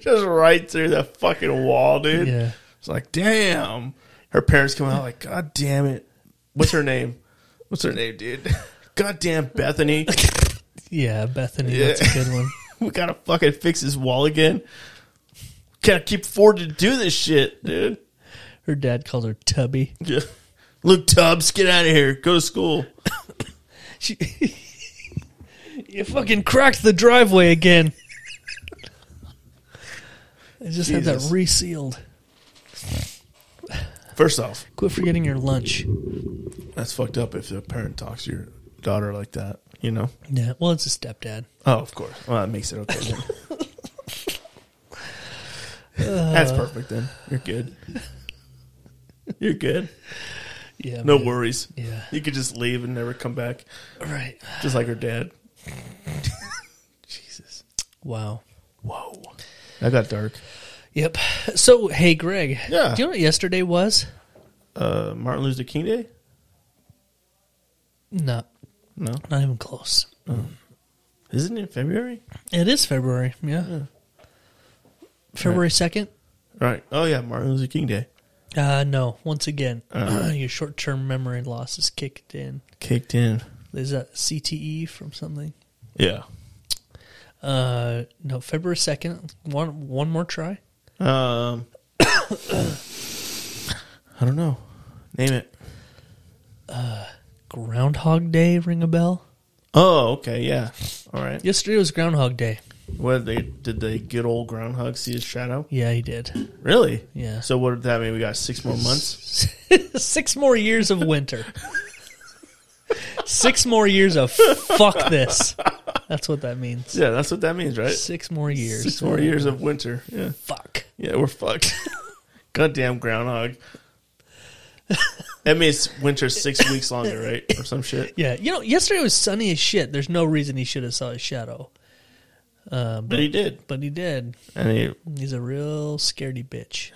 Just right through the fucking wall, dude.
Yeah.
It's like, damn. Her parents come out like, God damn it. What's her name? What's her name, dude? God damn Bethany.
Yeah, Bethany.
Yeah.
That's a good one.
we gotta fucking fix this wall again. Can't keep affording to do this shit, dude.
Her dad called her Tubby.
Yeah. Luke Tubbs, get out of here. Go to school.
She, you fucking cracked the driveway again. I just had
Jesus.
that resealed.
First off,
Quit forgetting your lunch.
that's fucked up if a parent talks to your daughter like that, you know?
Yeah, well, it's a stepdad.
Oh, of course. Well, that makes it okay then. that's perfect then. You're good. You're good.
Yeah.
No
man.
worries.
Yeah.
You could just leave and never come back,
Right.
just like her dad.
Wow.
Whoa. That got dark.
Yep. So, hey, Greg.
Yeah.
Do you know what yesterday was?
Uh, Martin Luther King Day?
No,
No.
not even close.
Isn't it February?
It is February. Yeah. February 2nd?
Right. Oh, yeah. Martin Luther King Day.
Uh, no. Once again,
Uh.
your short term memory loss is kicked in.
Kicked in.
Is that CTE from something?
Yeah.
Uh, no, February 2nd. One, one more try.
Um, I don't know. Name it.
Groundhog Day ring a bell?
Oh, okay, yeah. All right.
Yesterday was Groundhog Day.
What they did they good old groundhog see his shadow?
Yeah, he did.
Really?
Yeah.
So what did that mean? We got six more months.
Six more years of winter. Six more years of fuck this. That's what that means.
Yeah, that's what that means, right?
Six more years.
Six more years of winter. Yeah.
Fuck.
Yeah, we're fucked. Goddamn groundhog. That means winter six weeks longer, right? Or some shit.
Yeah, you know, yesterday was sunny as shit. There's no reason he should have saw his shadow,
But he did.
but he did.
And he
He's a real scaredy bitch.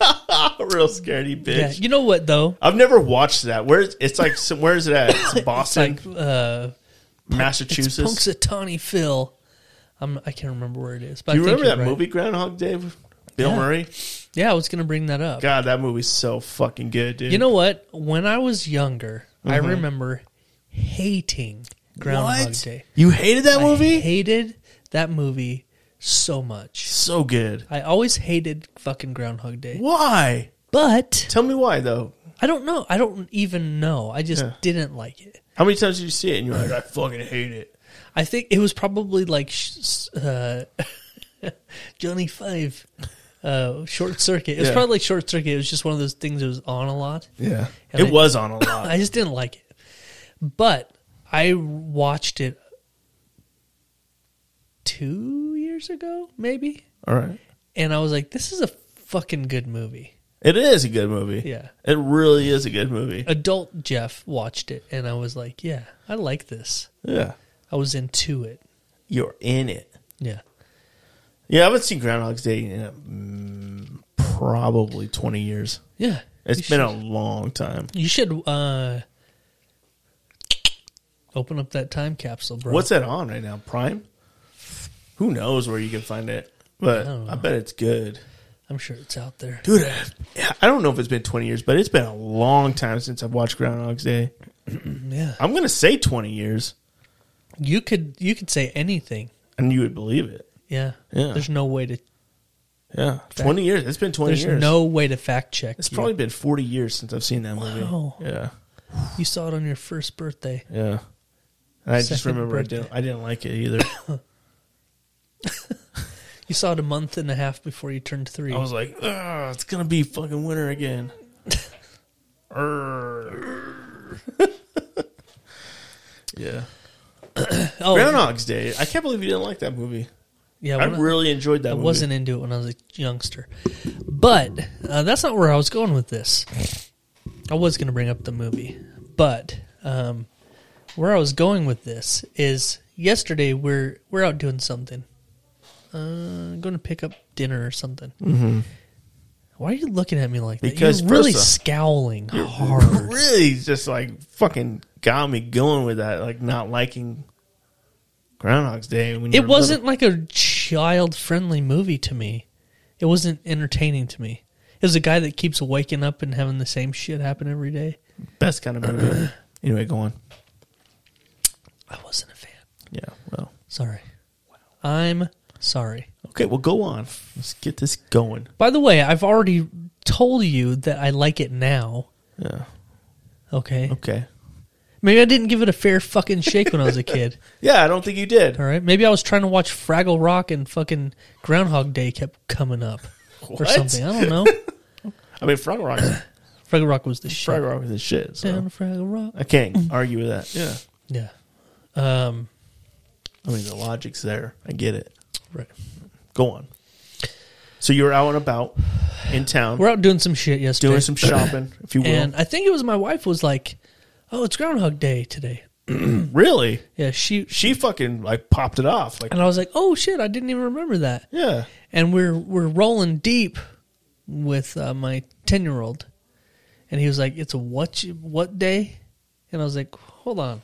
a real scaredy bitch.
Yeah, you know what though?
I've never watched that. Where it's like so where is it at? It's Boston,
Like uh, it's
Massachusetts.
Punxsutawney Phil. I'm, I can't remember where it is. But
Do you
I think
remember that
you're right.
movie Groundhog Day? with Bill
Yeah.
Murray.
Yeah, I was gonna bring that up.
God, that movie's so fucking good, dude.
You know what? When I was younger, I remember hating Groundhog
Mm-hmm. What?
Day.
you hated that
I
movie?
hated that movie so much.
so good.
I always hated fucking Groundhog Day.
Why?
But
Tell me why though.
I don't know. I don't even know. I just
Yeah.
didn't like it.
How many times did you see it and you're like, I fucking hate it?
I think it was probably like sh- s- uh, Johnny Five, uh, Short Circuit. It was
Yeah.
probably like Short Circuit. It was just one of those things that was on a lot.
Yeah,
And
it
I-
was on a lot.
I just didn't like it. But I watched it two years ago, maybe,
All right,
and I was like, "This is a fucking good movie."
it is a good movie.
Yeah.
it really is a good movie.
Adult Jeff watched it, and I was like, "Yeah, I like this."
Yeah,
I was into it.
you're in it.
Yeah,
Yeah, I haven't seen Groundhog's Day in mm, probably 20 years.
yeah.
It's been a long time.
You should uh open up that time capsule, bro.
What's that on right now? Prime? Who knows where you can find it? But
don't
I, bet it's good.
I'm sure it's out there.
Dude, I, I don't know if it's been 20 years, but it's been a long time since I've watched Groundhog's Day.
Yeah.
I'm going to say 20 years,
You could you could say anything.
and you would believe it.
Yeah.
Yeah.
There's no way to
Yeah. 20 years. It's been 20
there's
years.
no way to fact check.
It's
you.
probably been 40 years since I've seen that movie.
Wow.
Yeah.
you saw it on your first birthday.
Yeah. And I just
Second
remember I
birthday.
didn't, I didn't like it either.
You saw it a month and a half before you turned three.
I was like, "Ugh, it's gonna be fucking winter again. Urgh. yeah.
oh,
Groundhog's Day. I can't believe you didn't like that movie.
yeah,
I
when I-
really enjoyed that
I
movie.
wasn't into it when I was a youngster. But uh, that's not where I was going with this. I was going to bring up the movie, but um, where I was going with this is yesterday we're we're out doing something. Uh, going to pick up dinner or something. Mm-hmm. Why are you looking at me like that?
Because
you're really
first off-
scowling hard.
really just like fucking got me going with that, like not liking Groundhog's Day. When you
It
were
wasn't like a child friendly movie to me. It wasn't entertaining to me. It was a guy that keeps waking up and having the same shit happen every day.
little. best kind of movie. anyway, go on.
I wasn't a fan.
Yeah. Well.
Sorry. I'm sorry.
Okay. Well, go on. Let's get this going.
By the way, I've already told you that I like it now.
Yeah.
Okay.
Okay.
Maybe I didn't give it a fair fucking shake when I was a kid.
Yeah, I don't think you did.
All right. Maybe I was trying to watch Fraggle Rock and fucking Groundhog Day kept coming up or
What?
something. I don't know.
I mean, Frog Rock.
Fraggle Rock was the shit.
Frog Rock is the shit. So.
Down to Fraggle Rock.
I can't argue with that. Yeah.
Mm. Yeah. Um.
I mean, the logic's there. I get it.
Right.
Go on. So you were out and about in town
We're out doing some shit yesterday.
doing some shopping, if you will.
And I think it was my wife was like, "Oh, it's Groundhog Day today."
really?
Yeah. She.
She fucking like popped it off. Like,
And I was like, "Oh shit! I didn't even remember that."
yeah.
and we're we're rolling deep with uh, my ten year old, and he was like, "It's a what you, what day?" And I was like, "Hold on,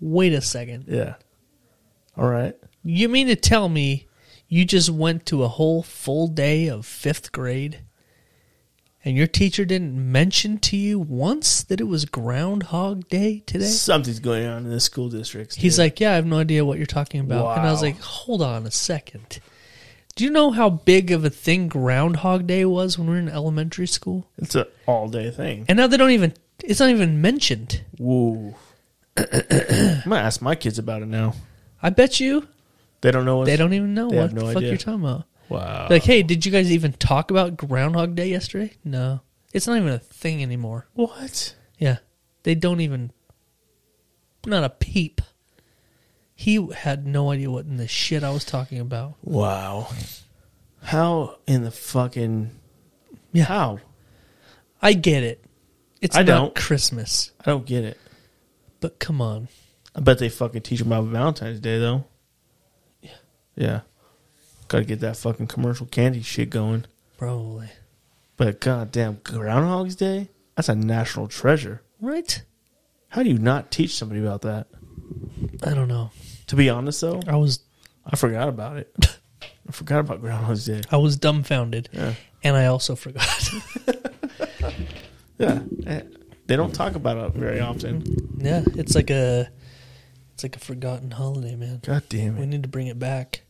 wait a second.
Yeah. All right.
You mean to tell me you just went to a whole full day of fifth grade, and your teacher didn't mention to you once that it was Groundhog Day today?"
Something's going on in this school district.
He's
dude.
like, "Yeah, I have no idea what you're talking about." And I was
Wow.
like, "Hold on a second. Do you know how big of a thing Groundhog Day was when we were in elementary school?
it's an all day thing.
And now they don't even it's not even mentioned.
Woo. I'm gonna ask my kids about it now.
I bet you
They don't know. What's,
they don't e- even know
They
what
have
the
no
fuck
idea.
you're talking about.
Wow.
Like, hey, did you guys even talk about Groundhog Day yesterday? No. It's not even a thing anymore.
what?
Yeah. They don't even not a peep. He had no idea what in the shit I was talking about.
Wow. How in the fucking
Yeah.
How?
I get it. It's
I
not
don't.
Christmas.
I don't get it.
But come on.
I bet they fucking teach them about Valentine's Day though. Yeah. Yeah. Got to get that fucking commercial candy shit going.
Probably.
But goddamn, Groundhog's Day? That's a national treasure.
Right?
How do you not teach somebody about that?
I don't know.
To be honest, though,
I was
I forgot about it. I forgot about Groundhog's Day.
I was dumbfounded.
Yeah.
And I also forgot.
Yeah. Eh, They don't talk about it very often.
yeah. It's like a it's like a forgotten holiday, man.
God damn
We
it.
need to bring it back.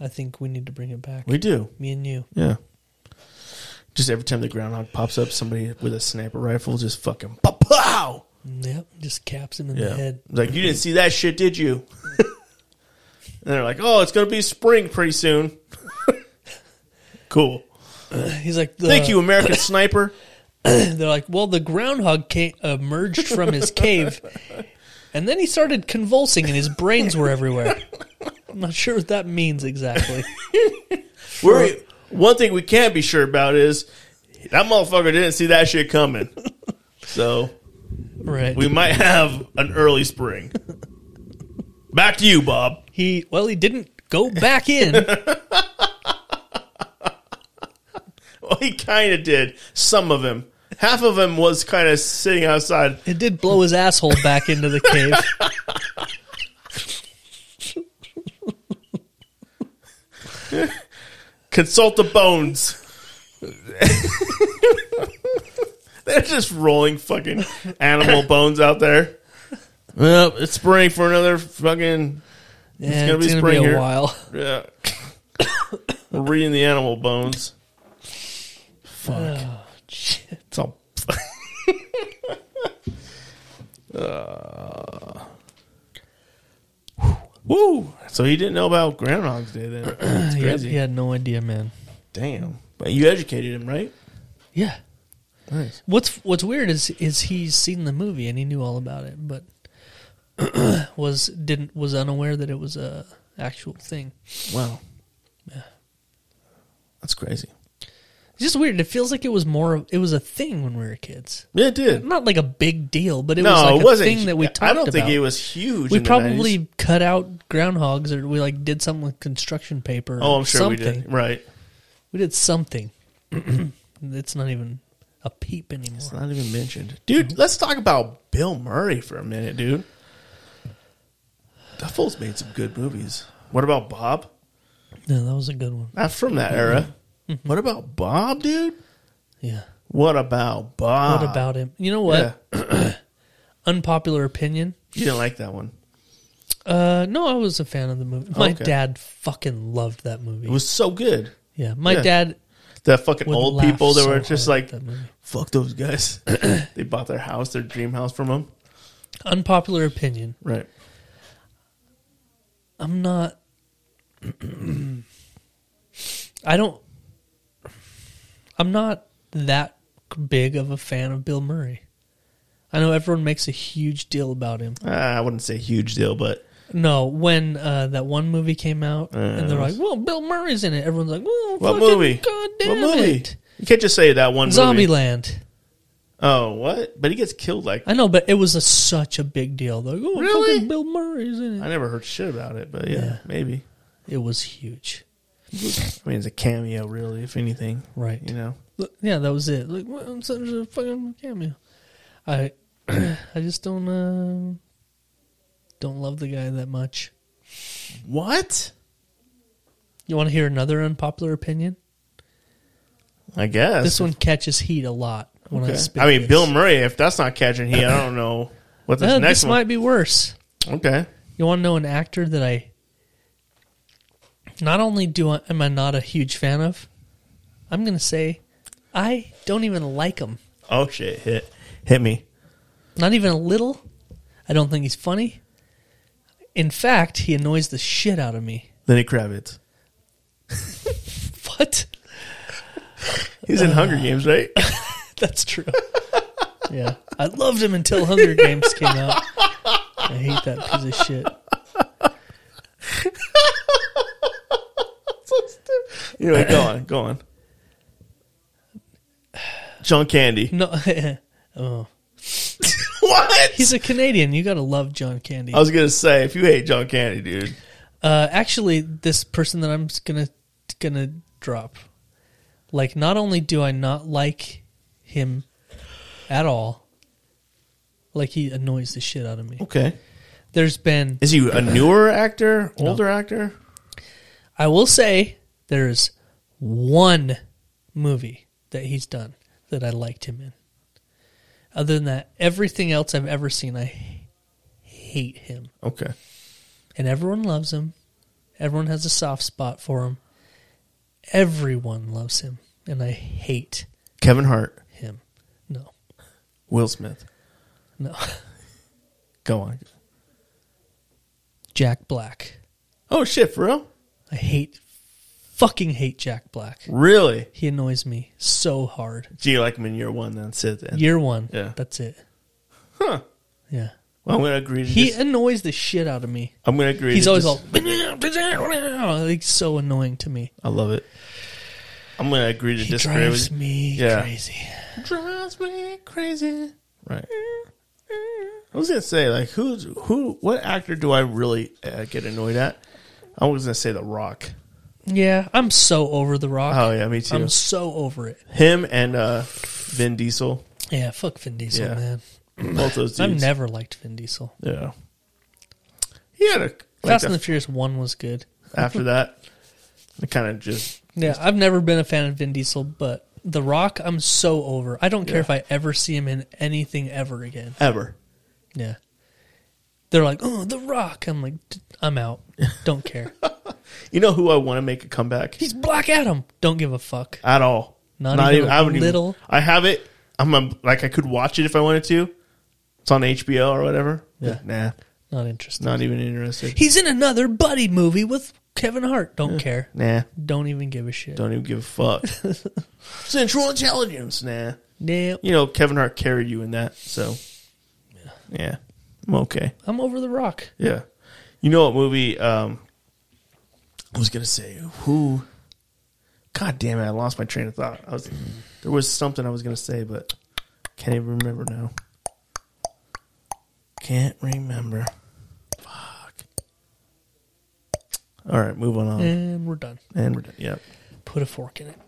I think we need to bring it back.
We do.
Me and you.
Yeah. Just every time the groundhog pops up, somebody with a sniper rifle just fucking pow pow.
Yep. Just caps him in
Yeah.
the head.
Like, you didn't see that shit, did you? and they're like, oh, it's going to be spring pretty soon. cool.
He's like,
Thank
uh,
you, American Sniper.
They're like, well, the groundhog ca- emerged from his cave, and then he started convulsing, and his brains were everywhere. I'm not sure what that means exactly.
We're, one thing we can't be sure about is that motherfucker didn't see that shit coming. So
Right?
we might have an early spring. Back to you, Bob.
he well, he didn't go back in.
Well, he kind of did. Some of him. Half of him was kind of sitting outside.
It did blow his asshole back into the cave.
Consult the bones. They're just rolling fucking animal bones out there. Well, it's spring for another fucking
Yeah,
gonna
it's
be
gonna
spring
be a
here.
while.
Yeah. We're reading the animal bones. Fuck.
Oh,
It's all. Uh, woo! So he didn't know about Groundhog's Day then. That's
He had,
crazy.
he had no idea, man.
Damn. But you educated him, right?
Yeah.
Nice.
What's What's weird is is he's seen the movie and he knew all about it, but was didn't was unaware that it was a actual thing.
Wow. Yeah. That's crazy.
It's just weird. It feels like it was more. of- It was a thing when we were kids.
Yeah, it did.
Not like a big deal, but it
no,
was like
it
a
wasn't.
thing that we talked about.
I don't think it was huge.
We
in the 90s.
probably cut out groundhogs, or we like did something with construction paper.
Oh,
or
I'm sure
something.
we did. Right.
We did something. it's not even a peep anymore.
It's not even mentioned. Dude, let's talk about Bill Murray for a minute, dude. That fool's made some good movies. What about Bob?
No, that was a good one.
Not from
Mm-hmm.
that era. What about Bob, dude?
Yeah.
What about Bob?
What about him? You know what?
Yeah.
Unpopular opinion.
You didn't like that one.
Uh, no, I was a fan of the movie. My
Okay.
dad fucking loved that movie.
It was so good.
yeah, my
yeah.
dad
The fucking
would
old
laugh
people that
so
were just
hard
like,
at that movie.
fuck those guys. they bought their house, their dream house from them.
unpopular opinion.
Right.
I'm not. I don't. I'm not that big of a fan of Bill Murray. I know everyone makes a huge deal about him.
Uh, I wouldn't say huge deal, but
No, when uh, that one movie came out, and they're like, "Well, Bill Murray's in it." Everyone's like, "Well,
what
fucking
movie?
Goddamn
what movie?
it,
You can't just say that one movie.
Zombieland."
Oh, what? But he gets killed like
I know, but it was a, such a big deal. They're Like, oh,
Really?
fucking Bill Murray's in
I
it.
never heard shit about it, but yeah,
Yeah.
maybe.
It was huge,
I mean, it's a cameo, really, if anything.
right?
You know,
Look, yeah, that was it. Like, well, I'm such a fucking cameo. I, I just don't, uh, don't love the guy that much.
what?
You want to hear another unpopular opinion?
I guess
this one catches heat a lot when I
Okay.
speak.
I mean,
this.
Bill Murray. If that's not catching heat, I don't know what this
Uh,
next
this
one.
might be worse.
Okay,
You want to know an actor that I? Not only do I am I not a huge fan of, I'm gonna say, I don't even like him.
oh shit, hit hit me.
Not even a little. I don't think he's funny. In fact, he annoys the shit out of me.
Lenny Kravitz.
What?
He's in Hunger Games, right?
That's true. yeah. I loved him until Hunger Games came out. I hate that piece of shit.
Anyway, go on, go on. John Candy.
No. oh.
What?
He's a Canadian. You got to love John Candy.
I was gonna say, if you hate John Candy, dude,
Uh, actually, this person that I'm s- gonna gonna drop, like, not only do I not like him at all, like he annoys the shit out of me.
okay.
There's been,
Is he a newer actor, older actor?
I will say, there's one movie that he's done that I liked him in. Other than that, everything else I've ever seen, I hate him.
Okay,
and everyone loves him. Everyone has a soft spot for him. Everyone loves him, and I hate
Kevin Hart,
him. No,
Will Smith.
no.
Go on.
Jack Black.
Oh shit, for real?
I hate, fucking hate Jack Black.
Really?
He annoys me so hard.
Gee, like him in year one, then sit then.
Year one.
Yeah.
That's it.
Huh.
Yeah.
Well, I'm gonna agree. To
He
dis-
annoys the shit out of me.
I'm gonna agree.
He's
to
always
dis-
all like so annoying to me.
I love it. I'm gonna agree to
He
disagree
drives
with
me
Yeah.
crazy.
drives me crazy. Right. I was gonna say like who's who? What actor do I really uh, get annoyed at? I was gonna say The Rock.
Yeah, I'm so over the Rock.
Oh yeah, me too.
I'm so over it.
Him and uh, Vin Diesel,
Yeah, fuck Vin Diesel,
Yeah.
man.
both those dudes.
I've never liked Vin Diesel.
Yeah. He had a like
Fast and the
the-
Furious One was good.
after that. It kind of just
Yeah, I've never been a fan of Vin Diesel, but The Rock, I'm so over. I don't care
Yeah.
if I ever see him in anything ever again.
ever.
Yeah, they're like, oh, The Rock. I'm like, "D- I'm out. Don't care.
You know who I want to make a comeback
He's Black Adam. Don't give a fuck.
at all.
Not even a
haven't even-
little?
I have it. I'm um, like I could watch it if I wanted to. It's on HBO or whatever. Yeah. Nah.
Not interested.
Not even interested.
He's in another buddy movie with Kevin Hart. Don't care.
Nah.
Don't even give a shit.
Don't even give a fuck. Central Intelligence. Nah.
Nah,
You know Kevin Hart carried you in that. So. Yeah. I'm okay.
I'm over The Rock.
Yeah. You know what movie um I was gonna say who God damn it, I lost my train of thought. I was there was something I was gonna say, but can't even remember now. Can't remember. Fuck. All right, moving on.
And we're done.
And we're done. Yep.
Put a fork in it.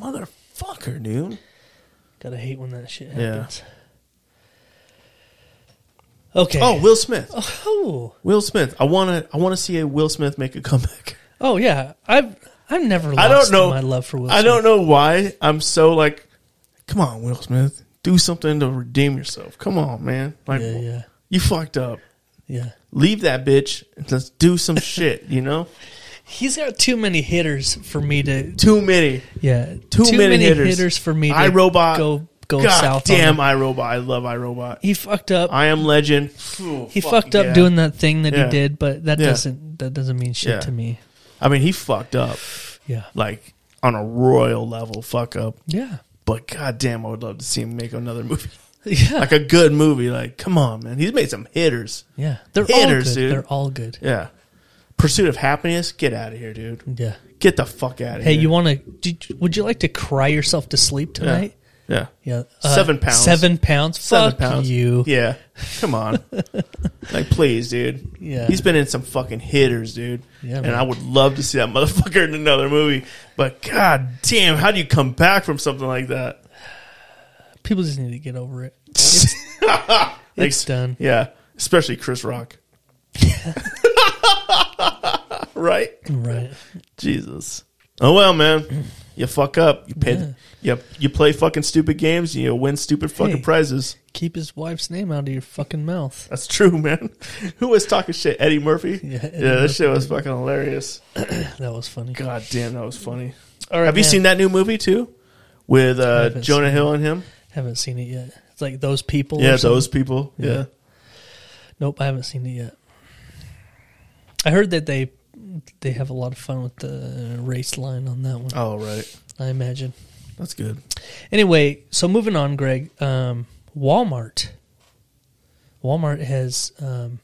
Motherfucker, dude.
Gotta hate when that shit
Yeah.
happens. Okay.
Oh, Will Smith.
oh,
Will Smith. I wanna I wanna see a Will Smith make a comeback.
oh yeah. I've I've never. Lost
I don't know
my love for Will.
I don't
Smith.
know why I'm so like, come on, Will Smith, do something to redeem yourself. Come on, man. Like,
Yeah, yeah.
you fucked up.
Yeah,
Leave that bitch. and Let's do some shit. You know,
he's got too many hitters for me to.
too many,
Yeah,
too, many, hitters.
for me. to
I Robot.
go go
God
south.
Damn,
on.
I Robot. I love I Robot.
he fucked up.
I am Legend.
he fucked up doing that thing that
Yeah.
he did, but that
Yeah.
doesn't that doesn't mean shit
Yeah.
to me.
I mean, he fucked up
Yeah,
like on a royal level. Fuck up.
yeah,
But goddamn, I would love to see him make another movie,
yeah,
like a good movie. Like, come on, man. He's made some hitters.
yeah. They're
Hitters,
all good.
dude.
They're all good.
Yeah. Pursuit of happiness. Get out of here, dude.
Yeah.
Get the fuck out of
Hey,
here.
you want to? Would you like to cry yourself to sleep
yeah.
tonight?
Yeah.
Yeah, Uh,
Seven pounds.
Seven pounds.
Seven
Fuck
pounds.
you.
Yeah. Come on. like, please, dude.
Yeah.
He's been in some fucking hitters, dude.
Yeah,
and
man.
I would love to see that motherfucker in another movie. But god damn, how do you come back from something like that?
People just need to get over it. It's,
Like,
it's done.
Yeah. Especially Chris Rock. right?
Right.
Jesus. Oh well, man. You fuck up. You pay. You you play fucking stupid games. and You win stupid fucking
Hey.
prizes.
Keep his wife's name out of your fucking mouth.
That's true, man. Who was talking shit? Eddie Murphy.
Yeah, Eddie
yeah. That shit was fucking hilarious.
That was funny.
God damn, that was funny.
All right,
Have you
man.
seen that new movie too, with uh,
haven't
Jonah
seen
Hill and him?
Haven't seen it yet. It's like those people. or
Yeah,
something.
those people. Yeah.
Nope, I haven't seen it yet. I heard that they they have a lot of fun with the race line on that one.
Oh, right.
I imagine.
That's good.
Anyway, so moving on, Greg. Um, Walmart. Walmart has um,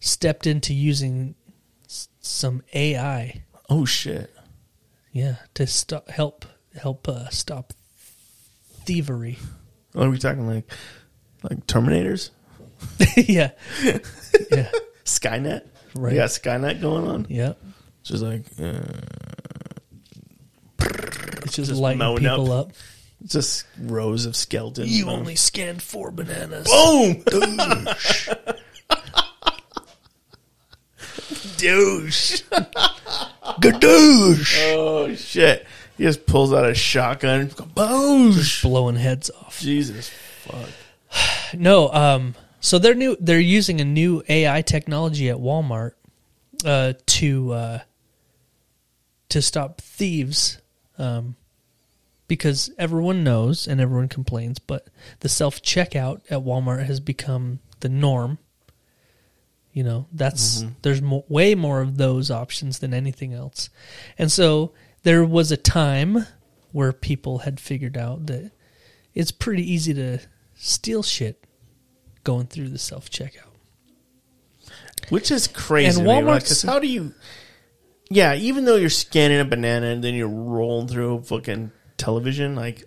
stepped into using s- some AI,
Oh shit.
yeah, to stop help help uh, stop thievery.
What are we talking like? Like Terminators?
yeah, yeah,
Skynet?
Right.
We got Skynet going on.
yeah.
Just like uh,
It's just,
Just
lighting
mowing up.
people up.
just rows of skeletons.
You only scanned four bananas.
boom. Douche. Gadoosh. Oh shit. He just pulls out a shotgun. Boosh.
blowing heads off.
Jesus fuck.
No, um, so they're new. They're using a new AI technology at Walmart uh, to uh, to stop thieves, um, because everyone knows and everyone complains, but the self checkout at Walmart has become the norm. You know, that's there's mo- way more of those options than anything else, and so there was a time where people had figured out that it's pretty easy to steal shit going through the self checkout.
Which is crazy.
And
to me, right?
Walmart's-
'Cause how do you? Yeah, even though you're scanning a banana and then you're rolling through a fucking television, like,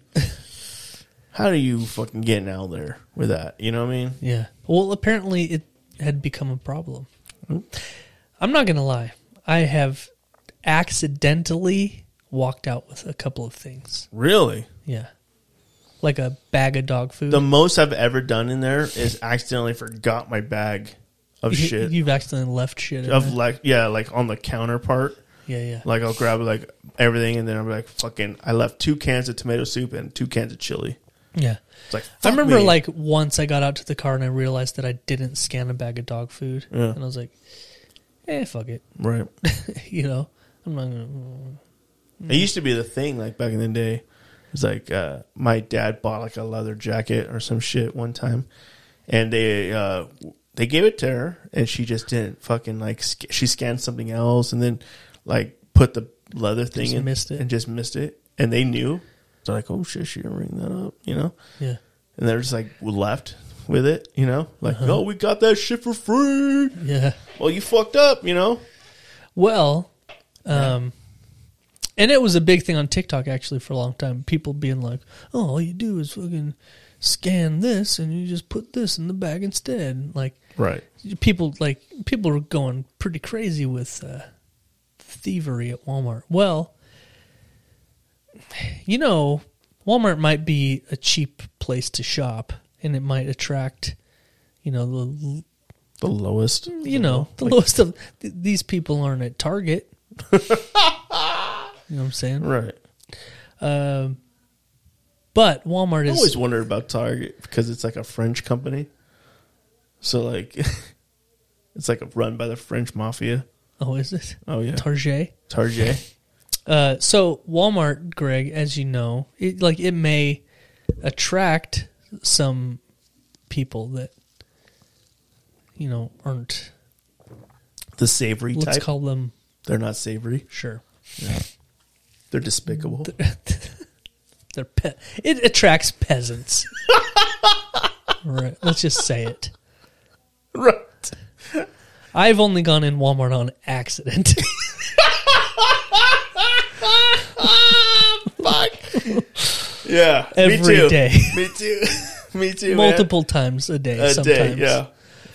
how do you fucking get out there with that? You know what I mean?
Yeah. Well, apparently it had become a problem. I'm not going to lie. I have accidentally walked out with a couple of things.
Really,
Yeah. Like a bag of dog food.
the most I've ever done in there is accidentally forgot my bag of
You-
shit
You've accidentally left shit. in
of
it.
like yeah, like on the counterpart.
yeah, yeah.
Like I'll grab like everything and then I'm like fucking. I left two cans of tomato soup and two cans of chili.
yeah.
It's like
I
fuck
remember
me.
like once I got out to the car and I realized that I didn't scan a bag of dog food.
Yeah.
And I was like, eh, fuck it.
right.
you know, I'm not going
It used to be the thing, like back in the day. It was like uh, my dad bought like a leather jacket or some shit one time, and they uh, they gave it to her, and she just didn't fucking like sc- she scanned something else, and then like put the leather thing
Just
in,
missed it.
and just missed it, and they knew. They're like, oh shit, she didn't ring that up, you know,
to. Yeah.
and they're just like left with it, you know, like
Uh-huh.
oh we got that shit for free.
Yeah.
Well, you fucked up, you know.
Well, um, and it was a big thing on TikTok actually for a long time. People being like, "Oh, all you do is fucking scan this, and you just put this in the bag instead." Like
Right.
people, like people were going pretty crazy with uh, thievery at Walmart. Well, you know, Walmart might be a cheap place to shop, and it might attract, you know, the
The lowest.
you know, the lowest of th- these people aren't at Target. you know what I'm saying?
Right.
Um, but Walmart
I
is
always wondered about Target because it's like a French company. So like it's like run by the French mafia.
oh, is it
Oh yeah.
Target?
Target.
Uh, so Walmart, Greg, as you know, it, like it may attract some people that you know aren't.
The savory
Let's
type.
call them
They're not savory.
sure.
They're despicable.
They're pe- it attracts peasants. right. Let's just say it.
right.
I've only gone in Walmart on accident.
Yeah.
Every
me too.
day.
Me too. me too. man.
multiple times a day
a
sometimes. Ah.
day. Yeah.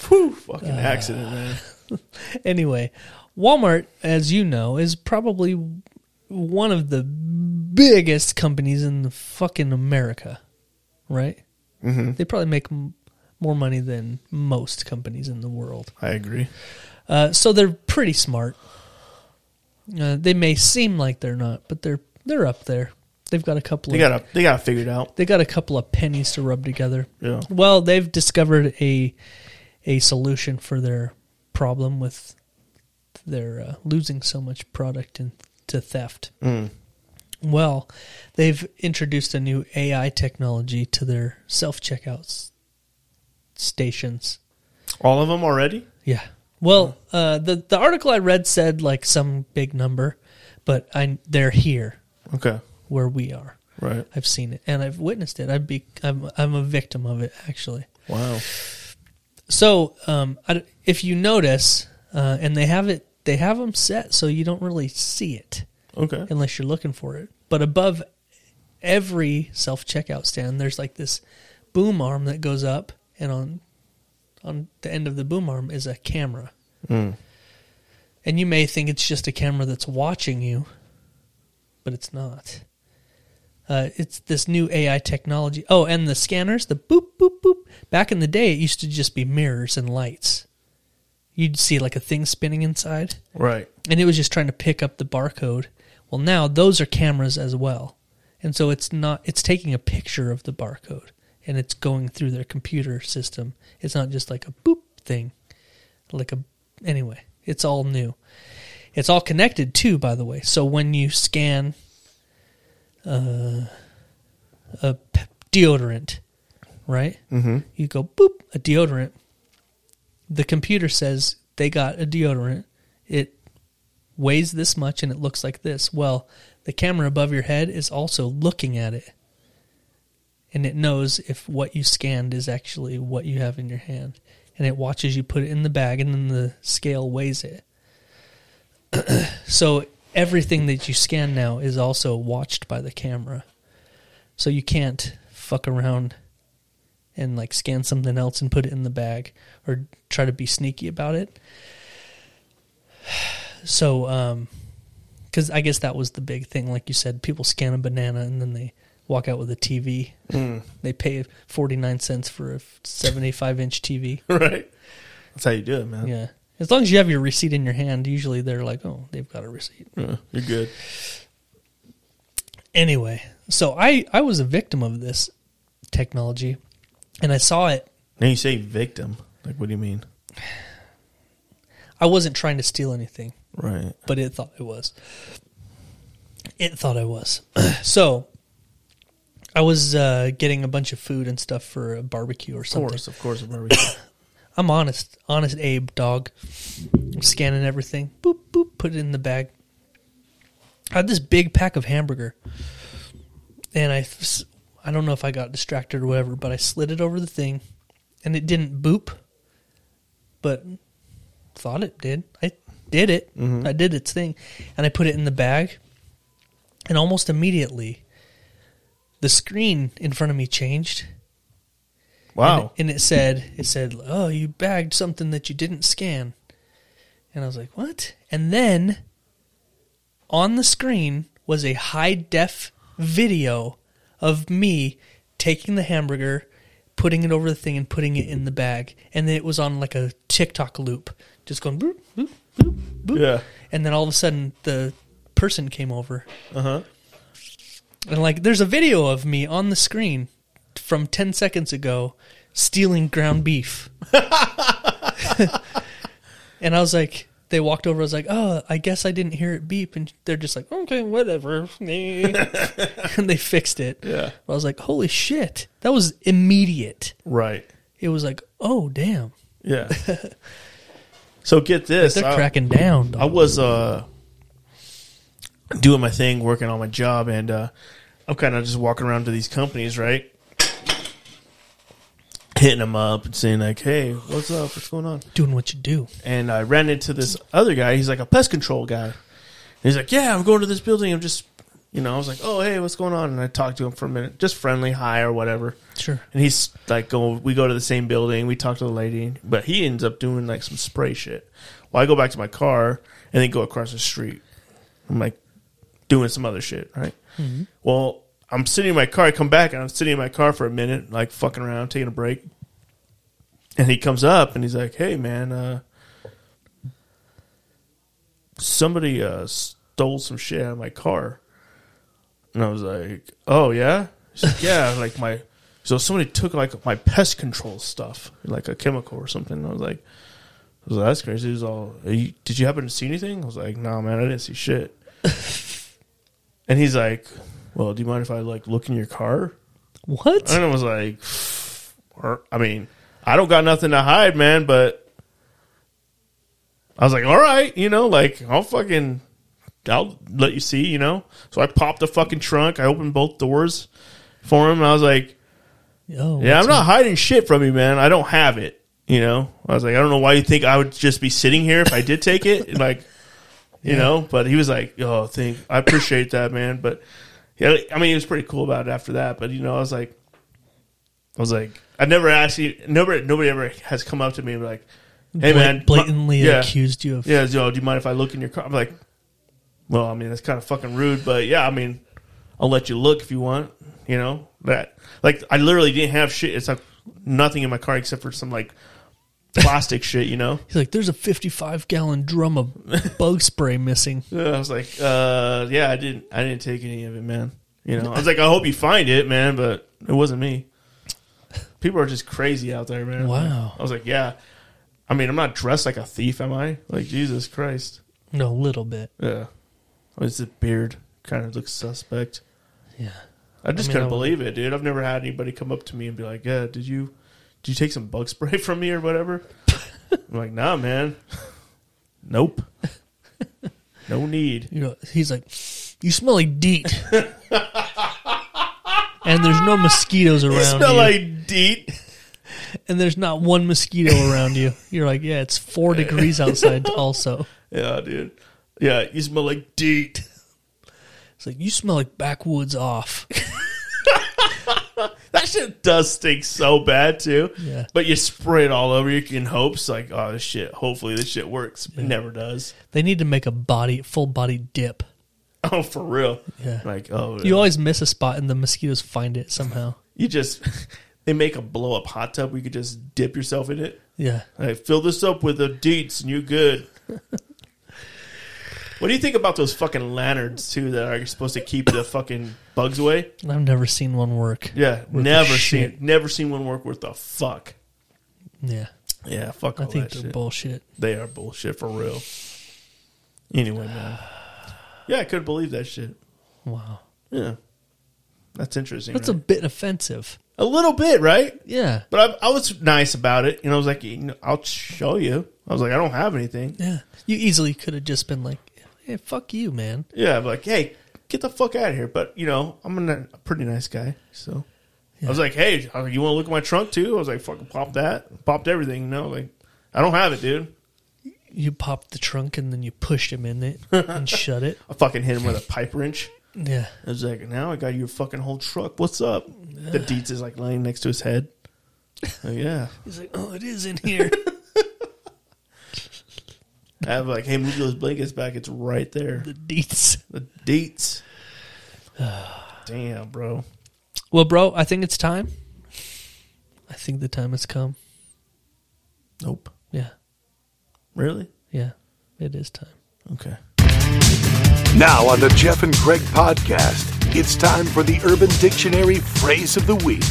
Whew, fucking accident, man.
Anyway, Walmart, as you know, is probably one of the biggest companies in the fucking America, right? Mm-hmm. They probably make m- more money than most companies in the world.
I agree.
Uh, so they're pretty smart. Uh, they may seem like they're not, but they're they're up there. They've got a couple.
They
of,
got to they got to figure it out.
they got a couple of pennies to rub together.
Yeah.
Well, they've discovered a a solution for their problem with their uh, losing so much product in, to theft. Well, they've introduced a new AI technology to their self checkouts stations.
All of them already?
Yeah. Well, uh, the the article I read said like some big number, but I they're here
Okay.
where we are.
Right.
I've seen it and I've witnessed it. I'd be I'm I'm a victim of it actually.
Wow.
So um, I, if you notice, uh, and they have it, they have them set so you don't really see it
Okay.
unless you're looking for it. But above every self checkout stand, there's like this boom arm that goes up, and on on the end of the boom arm is a camera. And you may think it's just a camera that's watching you, but it's not. Uh, it's this new AI technology. Oh, and the scanners, the boop boop boop. Back in the day, it used to just be mirrors and lights. You'd see like a thing spinning inside
Right.
and it was just trying to pick up the barcode. Well, now those are cameras as well, and so it's not it's taking a picture of the barcode and it's going through their computer system. It's not just like a boop thing, like a anyway. It's all new. It's all connected too, by the way. So when you scan uh, a p- deodorant, right? Mm-hmm. You go boop a deodorant. The computer says they got a deodorant. It weighs this much and it looks like this. Well, the camera above your head is also looking at it. And it knows if what you scanned is actually what you have in your hand. And it watches you put it in the bag and then the scale weighs it. so everything that you scan now is also watched by the camera. So you can't fuck around and like scan something else and put it in the bag or try to be sneaky about it so um because i guess that was the big thing like you said people scan a banana and then they walk out with a tv they pay 49 cents for a 75 inch tv
Right. That's how you do it, man.
yeah as long as you have your receipt in your hand usually they're like oh they've got a receipt
Yeah, You're good.
anyway so i i was a victim of this technology and i saw it
Now you say victim. Like, what do you mean?
i wasn't trying to steal anything
Right.
but it thought it was. It thought I was. so I was uh, getting a bunch of food and stuff for a barbecue or
Of
something.
course, of course. Of everything.
I'm honest, honest Abe dog. I'm scanning everything. Boop boop. Put it in the bag. I had this big pack of hamburger, and I, s- I don't know if I got distracted or whatever, but I slid it over the thing, and it didn't boop, but thought it did. I did it. I did its thing, and I put it in the bag, and almost immediately, the screen in front of me changed, and,
Wow.
and it said, it said, oh, you bagged something that you didn't scan. And I was like, what? And then on the screen was a high def video of me taking the hamburger, putting it over the thing, and putting it in the bag. And then it was on like a TikTok loop, just going boop, boop, boop, boop.
Yeah.
And then all of a sudden, the person came over. Uh
Uh-huh.
huh. And like, there's a video of me on the screen from 10 seconds ago stealing ground beef. and I was like, they walked over. I was like, oh, I guess I didn't hear it beep. And they're just like, okay, whatever. and they fixed it.
Yeah.
I was like, holy shit. That was immediate.
Right.
It was like, oh, damn.
Yeah. so get this.
They're
I-
cracking down.
I
dog.
was uh, doing my thing, working on my job, and uh, I'm kind of just walking around to these companies, right? Hitting them up and saying like, "Hey, what's up? What's going on?"
Doing what you do.
And I ran into this other guy. He's like a pest control guy. And he's like, "Yeah, I'm going to this building. I'm just, you know." I was like, "Oh, hey, what's going on?" And I talked to him for a minute, just friendly, hi or whatever.
Sure.
And he's like, go, we go to the same building. We talk to the lady, but he ends up doing like some spray shit. Well, I go back to my car and then go across the street. I'm like doing some other shit, right? Well, I'm sitting in my car. I come back and I'm sitting in my car for a minute, like fucking around, taking a break. And he comes up and he's like, hey, man, uh, somebody uh, stole some shit out of my car. And I was like, "Oh yeah, She's like, yeah." Like my, so somebody took like my pest control stuff, like a chemical or something. And I was like, I was like, "That's crazy." He was all, Are you, "Did you happen to see anything?" I was like, "No, man, I didn't see shit." And he's like, "Well, do you mind if I like look in your car?"
What?
And I was like, or- "I mean, I don't got nothing to hide, man." But I was like, "All right, you know, like I'll fucking, I'll let you see, you know." So I popped the fucking trunk. I opened both doors for him. And I was like,
Oh,
yeah, I'm not hiding shit from you, man. I don't have it. You know, I was like, I don't know why you think I would just be sitting here if I did take it. And, like, you know, but he was like, oh, think I appreciate that, man. But yeah, I mean, he was pretty cool about it after that. But you know, I was like, I was like, I never actually, never, nobody ever has come up to me and be like, hey, man, my-
blatantly
yeah,
accused you of.
yeah, yo, do you mind if I look in your car? I'm like, well, I mean, that's kind of fucking rude, but yeah, I mean, I'll let you look if you want, you know? That like I literally didn't have shit. It's like nothing in my car except for some like plastic shit, you know?
He's like, there's a 55 gallon drum of bug spray missing.
Yeah, I was like, uh, yeah, I didn't I didn't take any of it, man. You know. I was like, I hope you find it, man, but it wasn't me. People are just crazy out there, man.
Wow.
I was like, yeah. I mean, I'm not dressed like a thief, am I? Like Jesus Christ.
No, a little bit.
Yeah. Oh, It's a beard. Kind of looks suspect.
Yeah.
I just
mean,
couldn't
I would-
believe it, dude. I've never had anybody come up to me and be like, yeah, did you did you take some bug spray from me or whatever? I'm like, nah, man. Nope. No need.
You know, he's like, you smell like DEET. and there's no mosquitoes around
You smell
you.
like deet.
and there's not one mosquito around you. You're like, yeah, it's four degrees outside also.
Yeah, dude. Yeah, you smell like deet.
It's like, you smell like backwoods off.
That shit does stink so bad too.
Yeah.
But you spray it all over you in hopes like, oh this shit, hopefully this shit works. It never does.
They need to make a body, full body dip.
Oh, for real.
Yeah.
Like, oh
You always miss a spot and the mosquitoes find it somehow.
you just they make a blow up hot tub where you could just dip yourself in it.
Yeah.
Hey, fill this up with the deets and you good. what do you think about those fucking lanterns too that are supposed to keep the fucking bugs away?
I've never seen one work.
Yeah,
Worth
never
of
seen
shit.
never seen one work worth a fuck.
Yeah.
Yeah, fuck
I
all
think
Oh, that
they're
shit.
bullshit.
they are bullshit for real. Anyway, man. Yeah, I could believe that shit.
Wow.
Yeah. That's interesting.
That's a
right?
bit offensive.
a little bit, right?
Yeah.
But I, I was nice about it. You know, I was like, you know, I'll show you. I was like, I don't have anything.
Yeah. You easily could have just been like, hey, fuck you, man.
Yeah, I'm like, hey, get the fuck out of here. But, you know, I'm a, ni- a pretty nice guy. So I was like, hey, I was like, you want to look at my trunk too? I was like, fucking pop that. Popped everything. You know, like, I don't have it, dude.
You popped the trunk and then you pushed him in it and shut it.
I fucking hit him with a pipe wrench.
Yeah.
I was like, now I got your fucking whole truck. What's up? The Deets is like laying next to his head. Like, yeah.
He's like, oh, it is in here.
I'm like, hey, move those blankets back. It's right there.
the deets.
The Deets. Damn, bro.
Well, bro, I think it's time. I think the time has come.
Nope.
Yeah.
Really?
Yeah. It is time.
Okay.
Now on the Jeff and Craig podcast, it's time for the Urban Dictionary phrase of the week.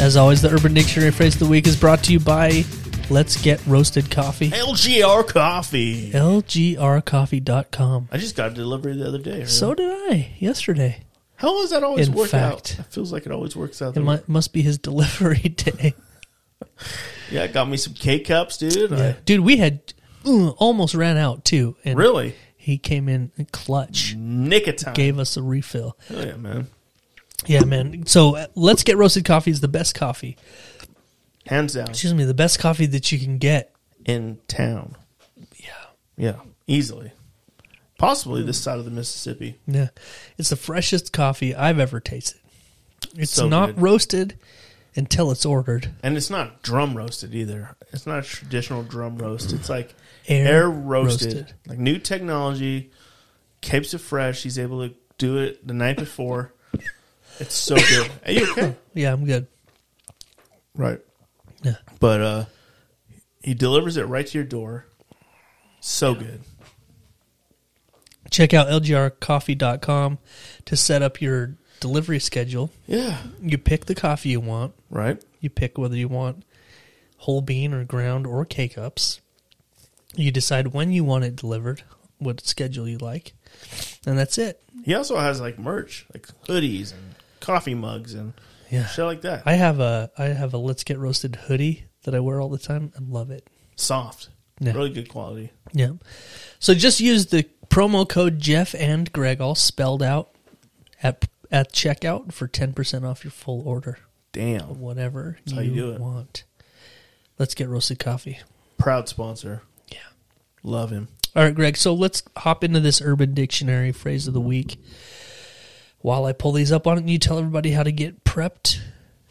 As always, the Urban Dictionary phrase of the week is brought to you by Let's Get Roasted Coffee.
LGR Coffee.
LGRcoffee.com.
I just got a delivery the other day.
So did I yesterday.
How does that always
In
work
fact.
out? It feels like it always works out.
It
that way.
mu- must be his delivery day.
yeah, I got me some K cups, dude. I-
Dude, we had uh, almost ran out too. And
really?
He came in clutch,
Nicotine.
gave us a refill.
Oh, yeah, man.
Yeah, man. So uh, let's get roasted coffee is the best coffee.
Hands down.
Excuse me, the best coffee that you can get.
In town.
Yeah.
Yeah. Easily. Possibly this side of the Mississippi.
Yeah. It's the freshest coffee I've ever tasted. It's
So
not
good.
roasted until it's ordered.
And it's not drum roasted either. It's not a traditional drum roast. It's like
Air
air, roasted.
roasted.
Like new technology keeps it fresh. He's able to do it the night before. it's so good. Are you okay?
Yeah, I'm good.
Right.
Yeah.
But uh he delivers it right to your door. So good.
Check out lgrcoffee.com to set up your delivery schedule.
Yeah.
You pick the coffee you want.
Right?
You pick whether you want whole bean or ground or K cups. You decide when you want it delivered what schedule you like, and that's it.
He also has like merch, like hoodies and coffee mugs and
Yeah.
shit like that.
I have a I have a Let's Get Roasted hoodie that I wear all the time. I love it.
Soft,
Yeah.
really good quality.
Yeah. So just use the promo code Jeff and Greg all spelled out at at checkout for ten percent off your full order.
Damn,
Whatever
how
you,
you do it.
want. Let's get roasted coffee.
proud sponsor.
Yeah.
Love him.
All right, Greg. So let's hop into this Urban Dictionary phrase of the week. While I pull these up on it, you tell everybody how to get prepped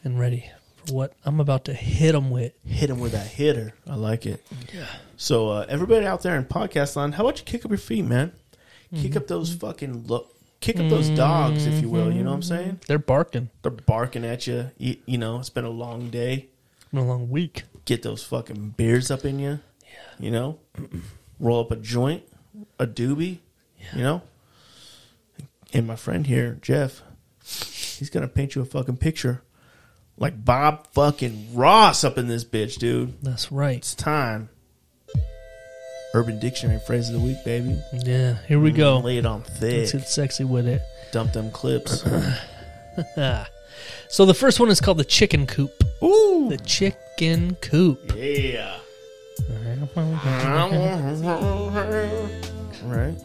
and ready for what I'm about to hit them with.
Hit him with that hitter. I like it. Yeah. So uh, everybody out there in podcast land, how about you kick up your feet, man? Kick up those fucking look. Kick up those dogs, if you will. You know what I'm saying?
They're barking.
They're barking at you. You, you know, it's been a long day.
It's been a long week.
Get those fucking beers up in you. Yeah. You know, roll up a joint, a doobie. You know. And my friend here, Jeff, he's gonna paint you a fucking picture, like Bob fucking Ross up in this bitch, dude.
That's right.
It's time. Urban Dictionary phrase of the week, baby.
Yeah. Here we go.
Lay it on thick.
Let's get sexy with it.
Dump them clips.
So the first one is called the chicken coop.
Ooh.
The chicken coop.
Yeah. Right.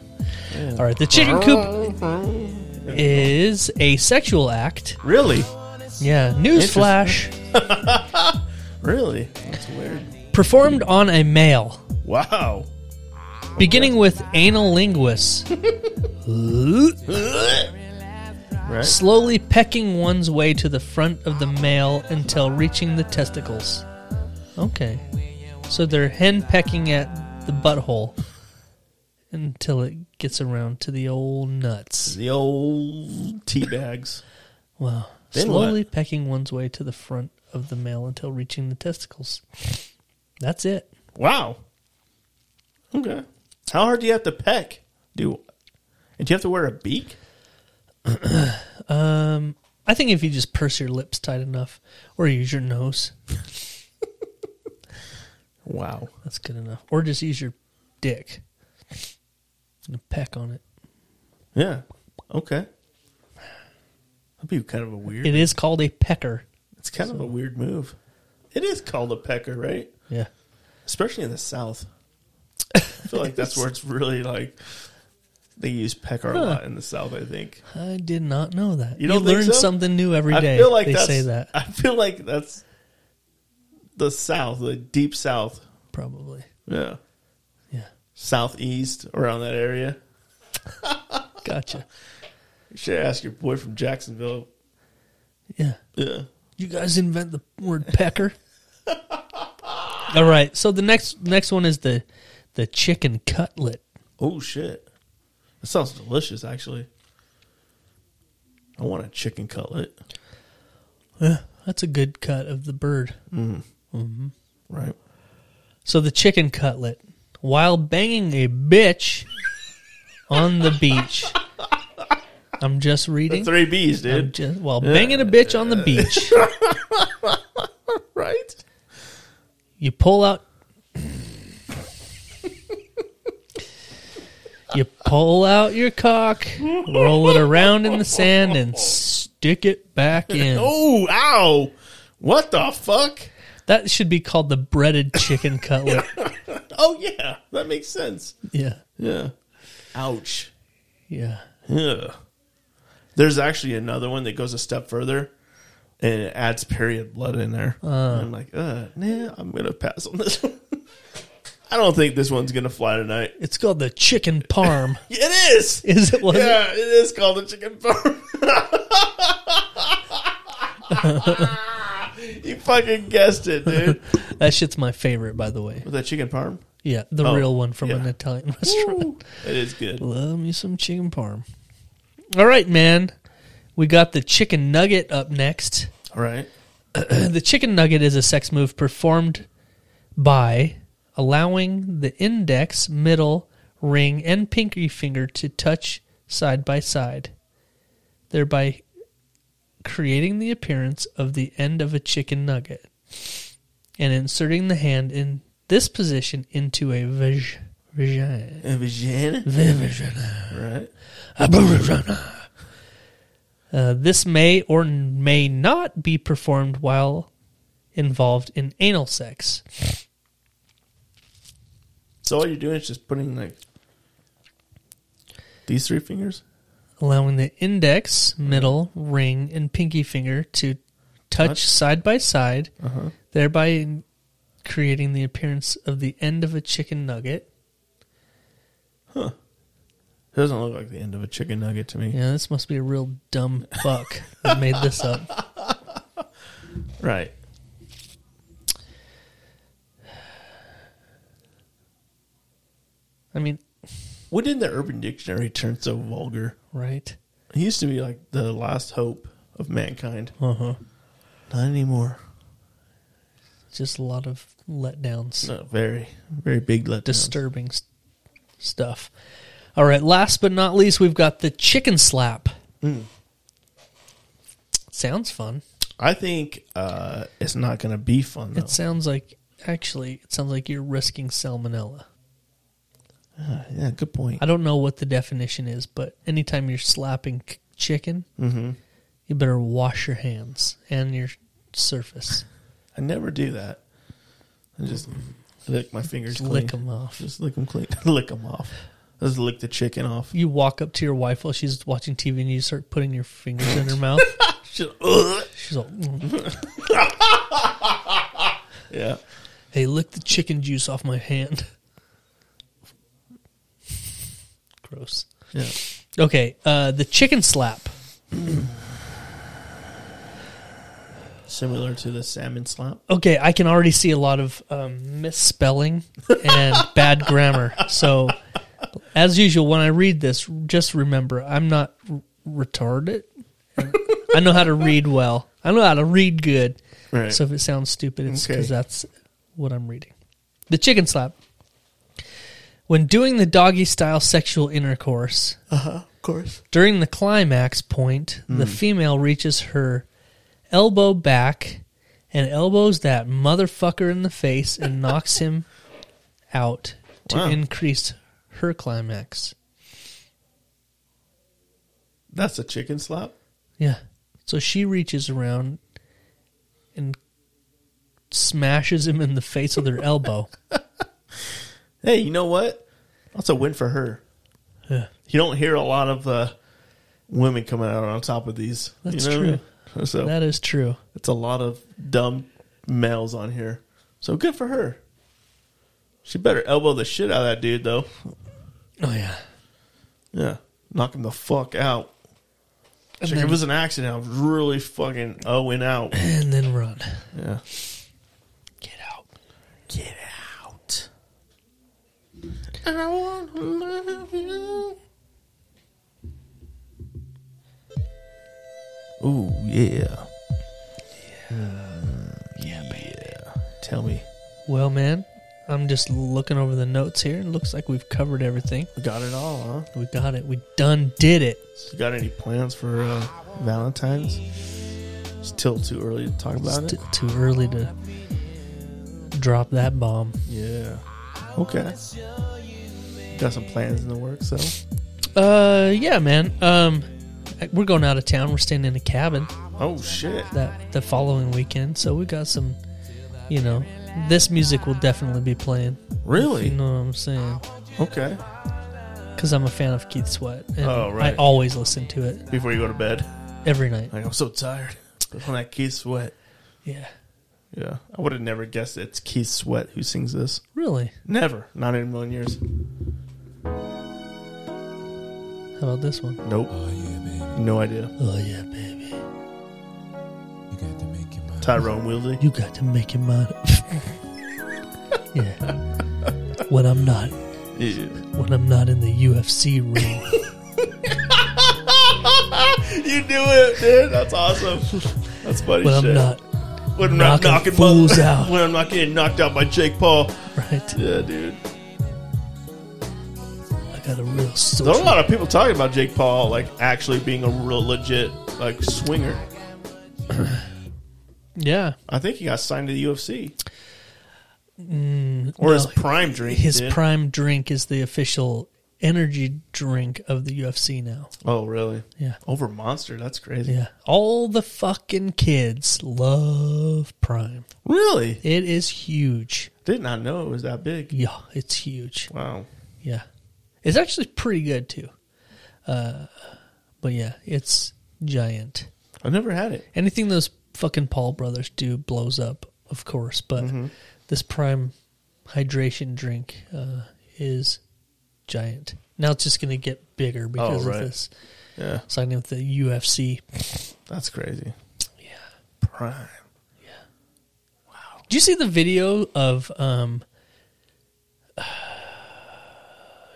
All right, the chicken coop is a sexual act.
Really?
Yeah, newsflash
Really? That's weird.
performed on a male,
Wow.
beginning with anal linguis,
Right?
slowly pecking one's way to the front of the male until reaching the testicles. Okay, so they're hen pecking at the butthole until it gets around to the old nuts.
The old tea bags.
Wow.
Then
Slowly pecking one's way to the front of the male until reaching the testicles. That's it.
Wow. Okay. How hard do you have to peck? Do and do you have to wear a beak?
Um, I think if you just purse your lips tight enough or use your nose,
Wow.
that's good enough. Or just use your dick and peck on it.
Yeah. Okay. That'd be kind of a weird.
It is called a pecker.
It's kind of a weird move. It is called a pecker, right?
Yeah.
Especially in the South. I feel like that's where it's really like they use pecker a lot in the South. I think
I did not know that.
You don't think
learn
so?
something new every
I
day.
feel like
they
that's,
say that.
I feel like that's the South, the deep South.
Probably.
Yeah,
Yeah.
Southeast around that area.
Gotcha.
You should ask your boy from Jacksonville.
Yeah.
Yeah.
You guys invent the word pecker. All right. So the next next one is the the chicken cutlet.
Oh shit. That sounds delicious. Actually, I want a chicken cutlet.
That's a good cut of the bird.
Right.
So the chicken cutlet, while banging a bitch on the beach. I'm just reading.
Three B's,
I'm
dude.
just, while banging a bitch on the beach,
Right?
you pull out. you pull out your cock, roll it around in the sand, and stick it back in.
Oh, ow. What the fuck?
That should be called the breaded chicken cutlet.
Oh, yeah. That makes sense.
yeah.
Yeah. Ouch.
Yeah.
Yeah. There's actually another one that goes a step further and it adds period blood in there. And I'm like, uh, nah, I'm going to pass on this one. I don't think this one's going to fly tonight.
It's called the chicken parm.
It is.
Is it? Was it?
Yeah, it is called a chicken farm. you fucking guessed it, dude.
That shit's my favorite, by the way.
With that chicken parm?
Yeah, the
Oh,
real one from
yeah.
an Italian restaurant.
It is good.
Love me some chicken parm. All right, man. We got the chicken nugget up next.
All right.
The chicken nugget is a sex move performed by allowing the index, middle, ring, and pinky finger to touch side by side, thereby creating the appearance of the end of a chicken nugget and inserting the hand in this position into a vag. Vagina.
And vagina,
Vagina.
right?
Uh, this may or may not be performed while involved in anal sex.
So all you're doing is just putting like these three fingers.
allowing the index, middle, ring, and pinky finger to touch, side by side, thereby in- creating the appearance of the end of a chicken nugget.
It doesn't look like the end of a chicken nugget to me,
Yeah, this must be a real dumb fuck that made this up.
right?
I mean,
When did the Urban Dictionary turn so vulgar?
right?
It used to be like the last hope of mankind.
Uh huh.
Not anymore.
Just a lot of letdowns,
No, very, very big letdown.
disturbing s stuff. All right, last but not least, we've got the chicken slap. Sounds fun.
I think uh, it's not going to be fun though.
It sounds like actually, it sounds like you're risking salmonella.
yeah, good point.
I don't know what the definition is, but anytime you're slapping c- chicken, you better wash your hands and your surface.
I never do that. I just lick my fingers
Just
clean.
lick 'em off.
Just lick them clean. lick them off. Just lick the chicken off.
You walk up to your wife while she's watching TV and you start putting your fingers in her mouth.
Just, ugh.
She's like, "Mm.
Yeah.
"Hey, lick the chicken juice off my hand." Gross.
Yeah.
Okay, uh, the chicken slap.
Similar to the salmon slap.
okay, I can already see a lot of um, misspelling and bad grammar. So, as usual, when I read this, just remember I'm not r- retarded. I know how to read well. I know how to read good.
Right.
So if it sounds stupid, it's because
Okay.
that's what I'm reading. The chicken slap. When doing the doggy style sexual intercourse,
Of course.
during the climax point, the female reaches her elbow back and elbows that motherfucker in the face and knocks him out to
Wow.
increase her climax.
That's a chicken slap.
Yeah. So she reaches around and smashes him in the face with her elbow.
Hey, you know what? That's a win for her.
Yeah.
You don't hear a lot of uh, women coming out on top of these. you
That's
know what I
true.
mean? So
That is true.
it's a lot of dumb males on here. So good for her. She better elbow the shit out of that dude, though.
Oh yeah.
Yeah. Knock him the fuck out.
And,
Like, if
then,
it was an accident, I was really fucking owing out.
and then run.
Yeah.
Get out.
Get out. I want to love you. Ooh, yeah. Yeah. Yeah, baby. Tell me.
Well, man, I'm just looking over the notes here. It looks like we've covered everything.
Got it all, huh?
We got it. We done did it.
You got any plans for uh, Valentine's? Still too early to talk about
It's
it?
t- too early to drop that bomb.
Yeah. Okay. Got some plans in the works, though.
Uh, yeah, man. Um, we're going out of town. We're staying in a cabin
Oh, shit.
that the following weekend, so we got some. You know, this music will definitely be playing. You
Really?
know what I'm saying?
Okay.
Because I'm a fan of Keith Sweat, and
Oh, right.
I always listen to it
Before you go to bed.
every night.
Like, I'm so tired. From that Keith Sweat.
Yeah,
Yeah. I would have never guessed it's Keith Sweat who sings this.
really.
Never. Not in a million years.
How about this one?
Nope. No idea.
Oh yeah, baby,
Tyrone Wildley.
you got to make your mind up. yeah, when I'm not when I'm not in the UFC ring.
You do it, dude. That's awesome. That's funny
when
shit.
I'm not
when I'm
knocking fools out.
When I'm not getting knocked out by Jake Paul.
right.
Yeah, dude.
I got a real
There's a
social.
lot of people talking about Jake Paul like actually being a real legit like swinger.
Yeah,
I think he got signed to the UFC. or his
Mm, No,
prime drink.
His
dude.
prime drink is the official energy drink of the UFC now.
Oh, really?
Yeah.
Over Monster. That's crazy.
Yeah. All the fucking kids love Prime.
Really?
It is huge.
Did not know it was that big.
Yeah, it's huge.
Wow.
Yeah. It's actually pretty good too. Uh but yeah, it's giant.
I never had it.
Anything those fucking Paul brothers do blows up, of course, but
Mm-hmm.
this prime hydration drink uh, is giant. Now it's just going to get bigger because
Oh, right.
of this
Yeah.
signing with the UFC.
That's crazy. Yeah. Prime.
Do you see the video of um,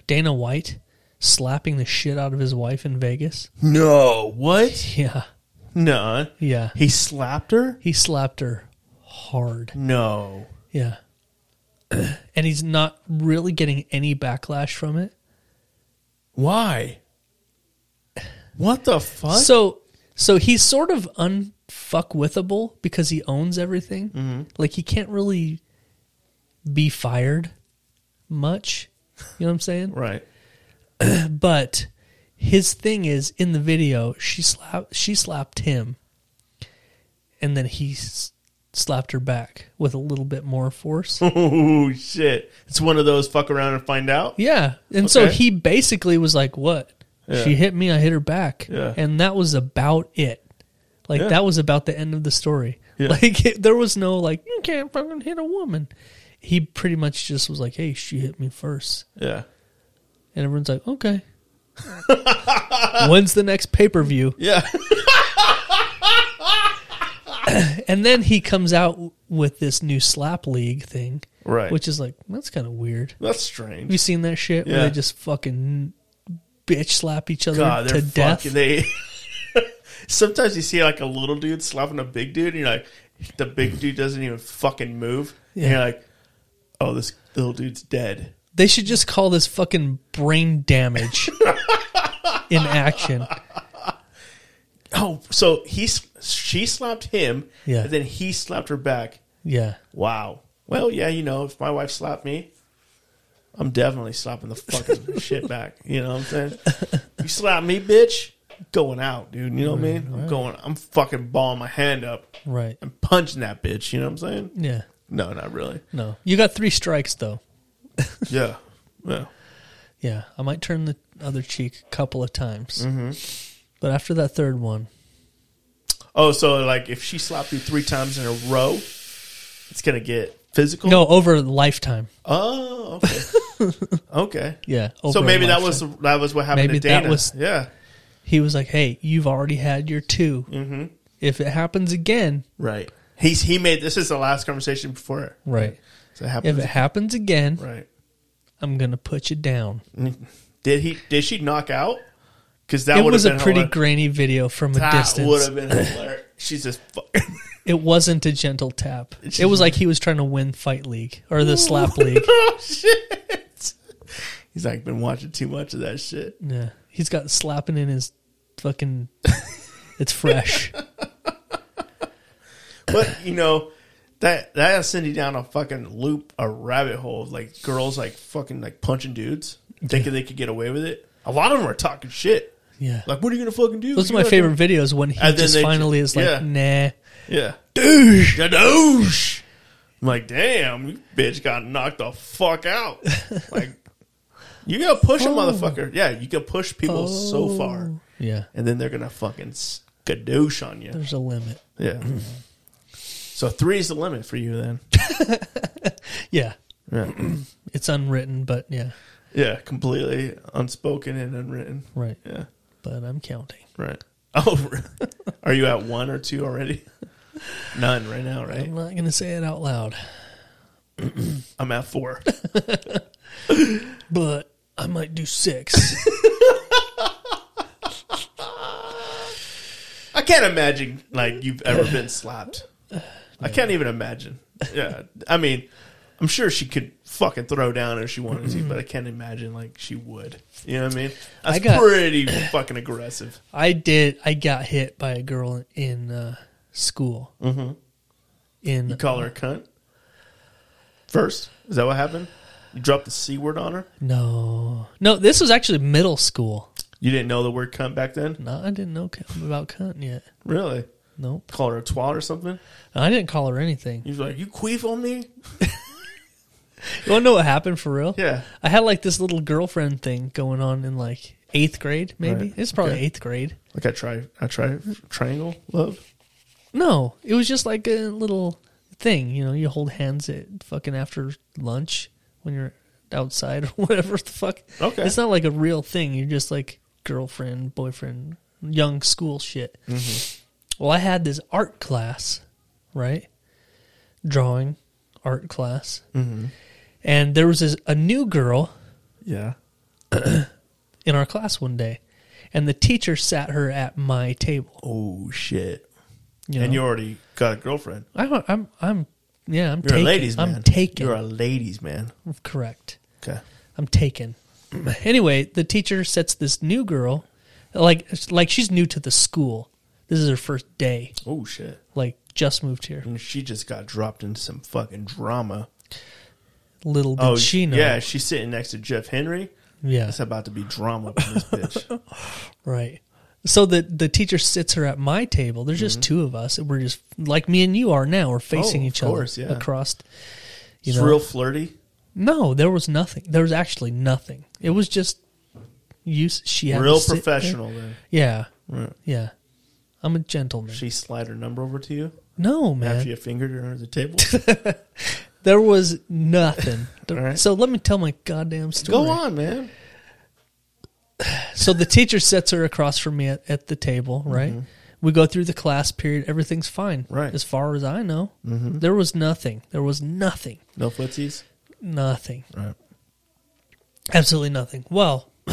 Dana White slapping the shit out of his wife in Vegas?
No. What?
Yeah,
No.
yeah.
He slapped her?
He slapped her hard.
No.
Yeah. and he's not really getting any backlash from it.
Why? What the fuck?
So so he's sort of unfuckwithable because he owns everything. Like he can't really be fired much. You know what I'm saying?
right.
But his thing is in the video she slapped she slapped him and then he s- slapped her back with a little bit more force.
Oh shit. It's one of those fuck around and find out.
Yeah. And so
Okay.
he basically was like, What? She hit me, I hit her back.
Yeah.
And that was about it. Like
Yeah.
that was about the end of the story.
Yeah.
Like it, there was no like, you can't fucking hit a woman. He pretty much just was like, Hey, she hit me first.
Yeah.
And everyone's like, Okay. When's the next pay per view?
Yeah.
And then he comes out with this new slap league thing.
Right.
Which is like, that's kind of weird.
That's
Have
strange.
you seen that shit where
Yeah.
they just fucking bitch slap each other
God,
to
they're
death?
fucking they Sometimes you see like a little dude slapping a big dude and you're like the big dude doesn't even fucking move.
Yeah.
And you're like, Oh, this little dude's dead.
They should just call this fucking brain damage in action.
Oh, so he s- she slapped him,
Yeah.
and then he slapped her back.
Yeah.
Wow. Well, yeah, you know, if my wife slapped me, I'm definitely slapping the fucking shit back. You know what I'm saying? You slap me, bitch, going out, dude. You know what I mean? I'm going. I'm fucking balling my hand up
Right.
and punching that bitch. You know what I'm saying?
Yeah.
No, not really.
No. You got three strikes though.
Yeah, yeah.
Yeah. I might turn the other cheek a couple of times.
Mm-hmm.
But after that third one,
Oh, so like if she slapped you three times in a row, it's gonna get physical.
no, over a lifetime.
Oh, okay. okay.
Yeah. Over
So
a
maybe that
lifetime.
was that was what happened
Maybe
to
that
Dana.
was-
yeah.
he was like, "Hey, you've already had your 2 Mm-hmm. If it happens again,
Right. He's he made this is the last conversation before it.
right?
So it happens.
If it happens again,
right.
I'm gonna put you down."
Did he did she knock out? Because that
It
would have
was
been
a pretty
hilarious.
grainy video from a
That
distance.
would have been hilarious. She's just fucking
It wasn't a gentle tap. It was like he was trying to win fight league or the slap league.
oh shit. He's like been watching too much of that shit.
Yeah. He's got slapping in his fucking it's fresh.
But you know that that send you down a fucking loop, a rabbit hole of like girls like fucking like punching dudes, thinking they could get away with it. A lot of them are talking shit.
Yeah.
Like, what are you gonna fucking do?
Those are
You
my
know-
favorite videos when he
And then
just
they-
finally is like,
yeah.
nah.
Yeah. Douche. douche. I'm like, damn, you bitch got knocked the fuck out. like, you gotta push a motherfucker. Yeah, you can push people so far,
Yeah.
and then they're gonna fucking skadoosh on you.
There's a limit.
Yeah. so three is the limit for you then.
Yeah.
Yeah.
It's unwritten, but yeah.
yeah, completely unspoken and unwritten.
Right.
Yeah,
But I'm counting.
right. Oh, are you at one or two already? None right now, right?
I'm not gonna say it out loud.
I'm at four.
But I might do six.
I can't imagine like you've ever been slapped. I can't even imagine. Yeah, I mean, I'm sure she could fucking throw down if she wanted to, but I can't imagine like she would. You know what I mean? That's
I got-
pretty fucking aggressive.
I did I got hit by a girl in uh, school. Mm-hmm. In
You call her a cunt first? Is that what happened? You dropped the c word on her.
No, no, this was actually middle school.
You didn't know the word cunt back then,
No, I didn't know cunt- about cunt yet.
really?
Nope,
Call her a twat or something.
I didn't call her anything.
He was like, "You queef on me."
You want to know what happened for real?
Yeah.
I had like this little girlfriend thing going on in like eighth grade, maybe.
Right.
It's probably
Okay.
eighth grade.
Like I try, I try triangle love.
No, it was just like a little thing. You know, you hold hands at fucking after lunch when you're outside or whatever the fuck.
Okay.
It's not like a real thing. You're just like girlfriend, boyfriend, young school shit.
Mm-hmm.
Well, I had this art class, right? Drawing art class.
Mm-hmm.
And there was this, a new girl
Yeah.
in our class one day. And the teacher sat her at my table.
Oh shit!
You
And
know?
you already got a girlfriend.
I'm, I'm, I'm, yeah, I'm
You're
taken.
a ladies man.
I'm taken.
You're a ladies man.
Correct.
Okay.
I'm taken. anyway, the teacher sets this new girl, like, like she's new to the school. This is her first day,
Oh shit!
like just moved here.
And she just got dropped into some fucking drama.
Little did she know.
Oh, yeah, she's sitting next to Jeff Henry.
Yeah.
It's about to be drama up in this bitch.
Right. So the the teacher sits her at my table. There's just two of us. and We're just like me and you are now. We're facing
Mm-hmm. Oh, of
each
course,
other
yeah.
across. You
It's
know,
real flirty.
no, there was nothing. There was actually nothing. It was just you. s- She had to
real
sit there.
professional. Then
Yeah, yeah. I'm a gentleman.
she slide her number over to you
no man.
after you fingered her under the table.
There was nothing. There-
right.
So let me tell my goddamn story.
Go on, man.
So the teacher sets her across from me at, at the table,
Mm-hmm.
right? We go through the class period. Everything's fine.
Right. Mm-hmm.
As far as I know, there was nothing. There was nothing.
No footsies.
Nothing.
Right.
Absolutely nothing. Well,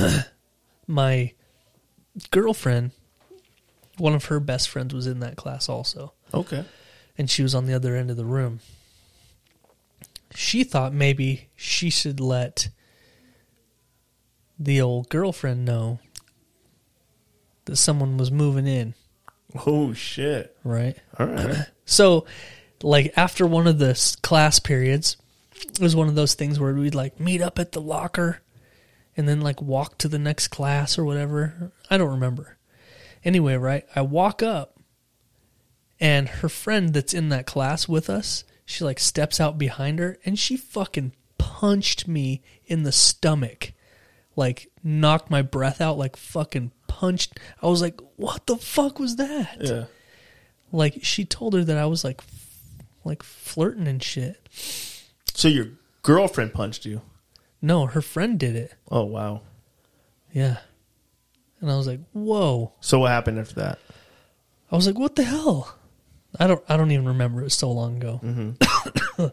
my girlfriend, one of her best friends was in that class also,
Okay.
and she was on the other end of the room. She thought maybe she should let the old girlfriend know that someone was moving in,
Oh shit!
right?
All right.
So, like after one of the s- class periods, it was one of those things where we'd like meet up at the locker, and then like walk to the next class or whatever. I don't remember. Anyway, right? I walk up, and her friend that's in that class with us, she like steps out behind her, and she fucking punched me in the stomach, like knocked my breath out, like fucking punched. I was like, what the fuck was that?
yeah.
like she told her that I was like f- like flirting and shit.
So your girlfriend punched you.
No, her friend did it.
Oh wow.
Yeah. And I was like, "Whoa."
So what happened after that?
I was like, "What the hell?" I don't I don't even remember. It was so long ago.
Mm-hmm.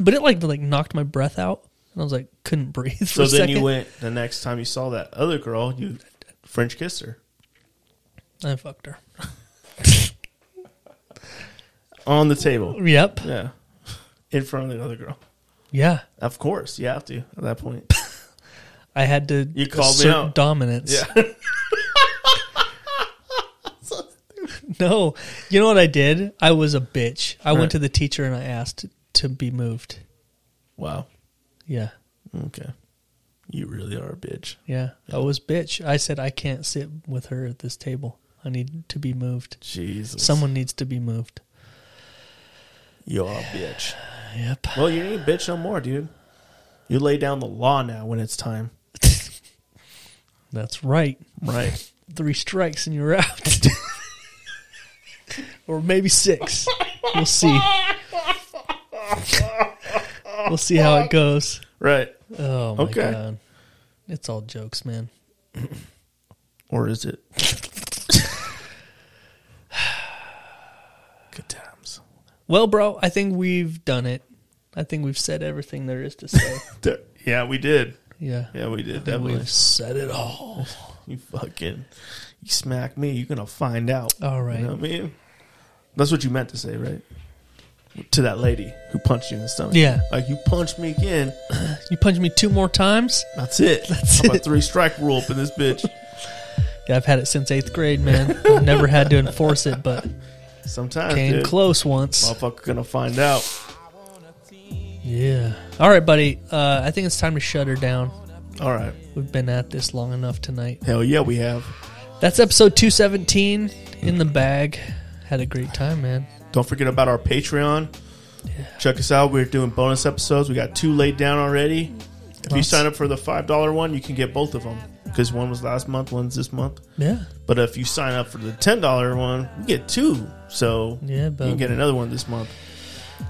but it like like knocked my breath out and I was like couldn't breathe for
So
a
then
second.
you went the next time you saw that other girl, you French kissed her
I fucked her.
on the table.
Yep.
Yeah. In front of the other girl.
Yeah.
Of course, you have to at that point.
I had to
You called me
assert
out.
dominance. no. You know what I did? I was a bitch. I
Right.
went to the teacher and I asked to be moved.
Wow.
Yeah.
Okay. You really are a bitch.
Yeah. I was bitch. I said I can't sit with her at this table. I need to be moved.
Jesus.
Someone needs to be moved.
You are a bitch.
Yep.
Well, you ain't a bitch no more, dude. You lay down the law now when it's time.
That's right.
Right.
Three strikes and you're out. or maybe six. We'll see. we'll see how it goes.
right.
Oh my
Okay.
god. It's all jokes, man.
Or is it? Good times.
Well, bro, I think we've done it. I think we've said everything there is to say.
There- Yeah, we did.
yeah.
Yeah, we did.
I think
Definitely.
We've said it all.
You fucking, you smack me, you're gonna find out.
All
You
right.
know what I mean? That's what you meant to say, right? To that lady who punched you in the stomach.
Yeah.
Like you punched me again.
You punch me two more times?
That's it.
That's
How about
it.
three strike rule up in this bitch.
Yeah, I've had it since eighth grade, man. I've never had to enforce it, but
Sometimes
came
dude,
close once.
motherfucker gonna find out.
Yeah. All right, buddy. Uh, I think it's time to shut her down.
All right.
We've been at this long enough tonight.
Hell yeah, we have.
That's episode 217 in the bag. Had a great time, man.
Don't forget about our Patreon. Check us out. We're doing bonus episodes. We got two laid down already. If you
Nice.
sign up for the five dollar one, you can get both of them because one was last month, one's this month.
Yeah.
But if you sign up for the ten dollar one, you get two. So
Yeah,
you
but-
can get another one this month.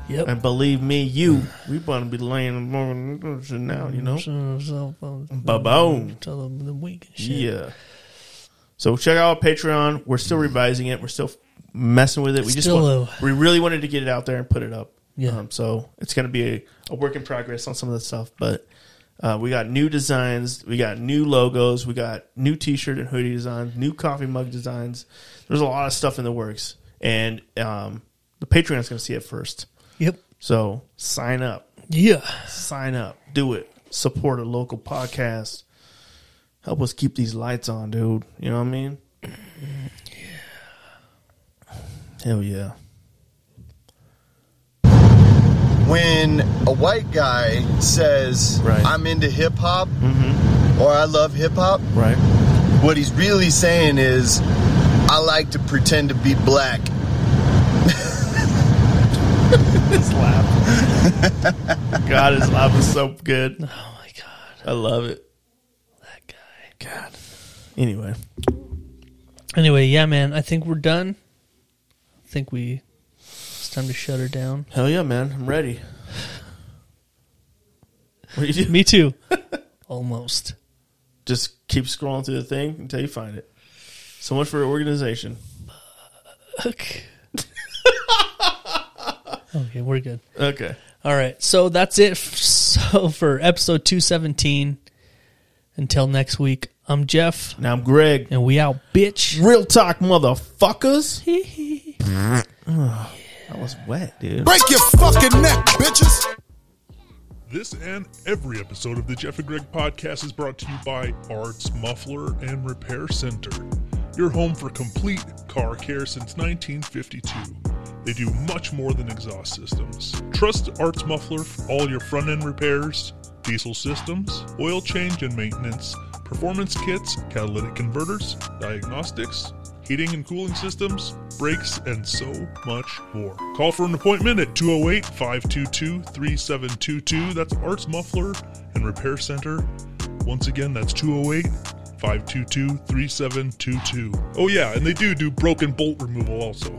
Yep.
And believe me, you we want to be laying more than now. You know,
Cell phones.
Ba-boom.
Tell them the week and shit.
yeah. So check out our Patreon. We're still revising it. We're still messing with it. We just
Still
want,
low.
we really wanted to get it out there and put it up. Um,
Yeah.
so it's going to be a, a work in progress on some of the stuff, but uh, we got new designs, we got new logos, we got new T-shirt and hoodie designs, new coffee mug designs. There's a lot of stuff in the works, and um, the Patreon's going to see it first.
Yep.
So sign up
Yeah.
sign up, do it, support a local podcast, help us keep these lights on, dude. You know what I mean? Hell yeah.
when a white guy says,
Right.
I'm into hip hop or I love hip hop,
Right.
what he's really saying is, I like to pretend to be black.
His laugh. God, his laugh is so good. Oh my god. I love it.
That guy.
God. Anyway.
Anyway, yeah, man. I think we're done. I think we. It's time to shut her down.
Hell yeah, man. I'm ready. What do you do?
Me too. Almost.
Just keep scrolling through the thing until you find it. So much for organization.
Okay. okay, we're good.
Okay.
All right, so that's it. f- So for episode two seventeen. Until next week, I'm Jeff,
Now I'm Greg.
and we out, bitch.
Real talk, motherfuckers. that was wet, dude.
Break your fucking neck, bitches.
This and every episode of the Jeff and Greg podcast is brought to you by Arts Muffler and Repair Center, your home for complete car care since 1952. They do much more than exhaust systems. Trust Arts Muffler for all your front end repairs, diesel systems, oil change and maintenance, performance kits, catalytic converters, diagnostics, heating and cooling systems, brakes, and so much more. Call for an appointment at 208 522 3722. That's Arts Muffler and Repair Center. Once again, that's 208 Oh, 522 3722. Oh, yeah, and they do do broken bolt removal also.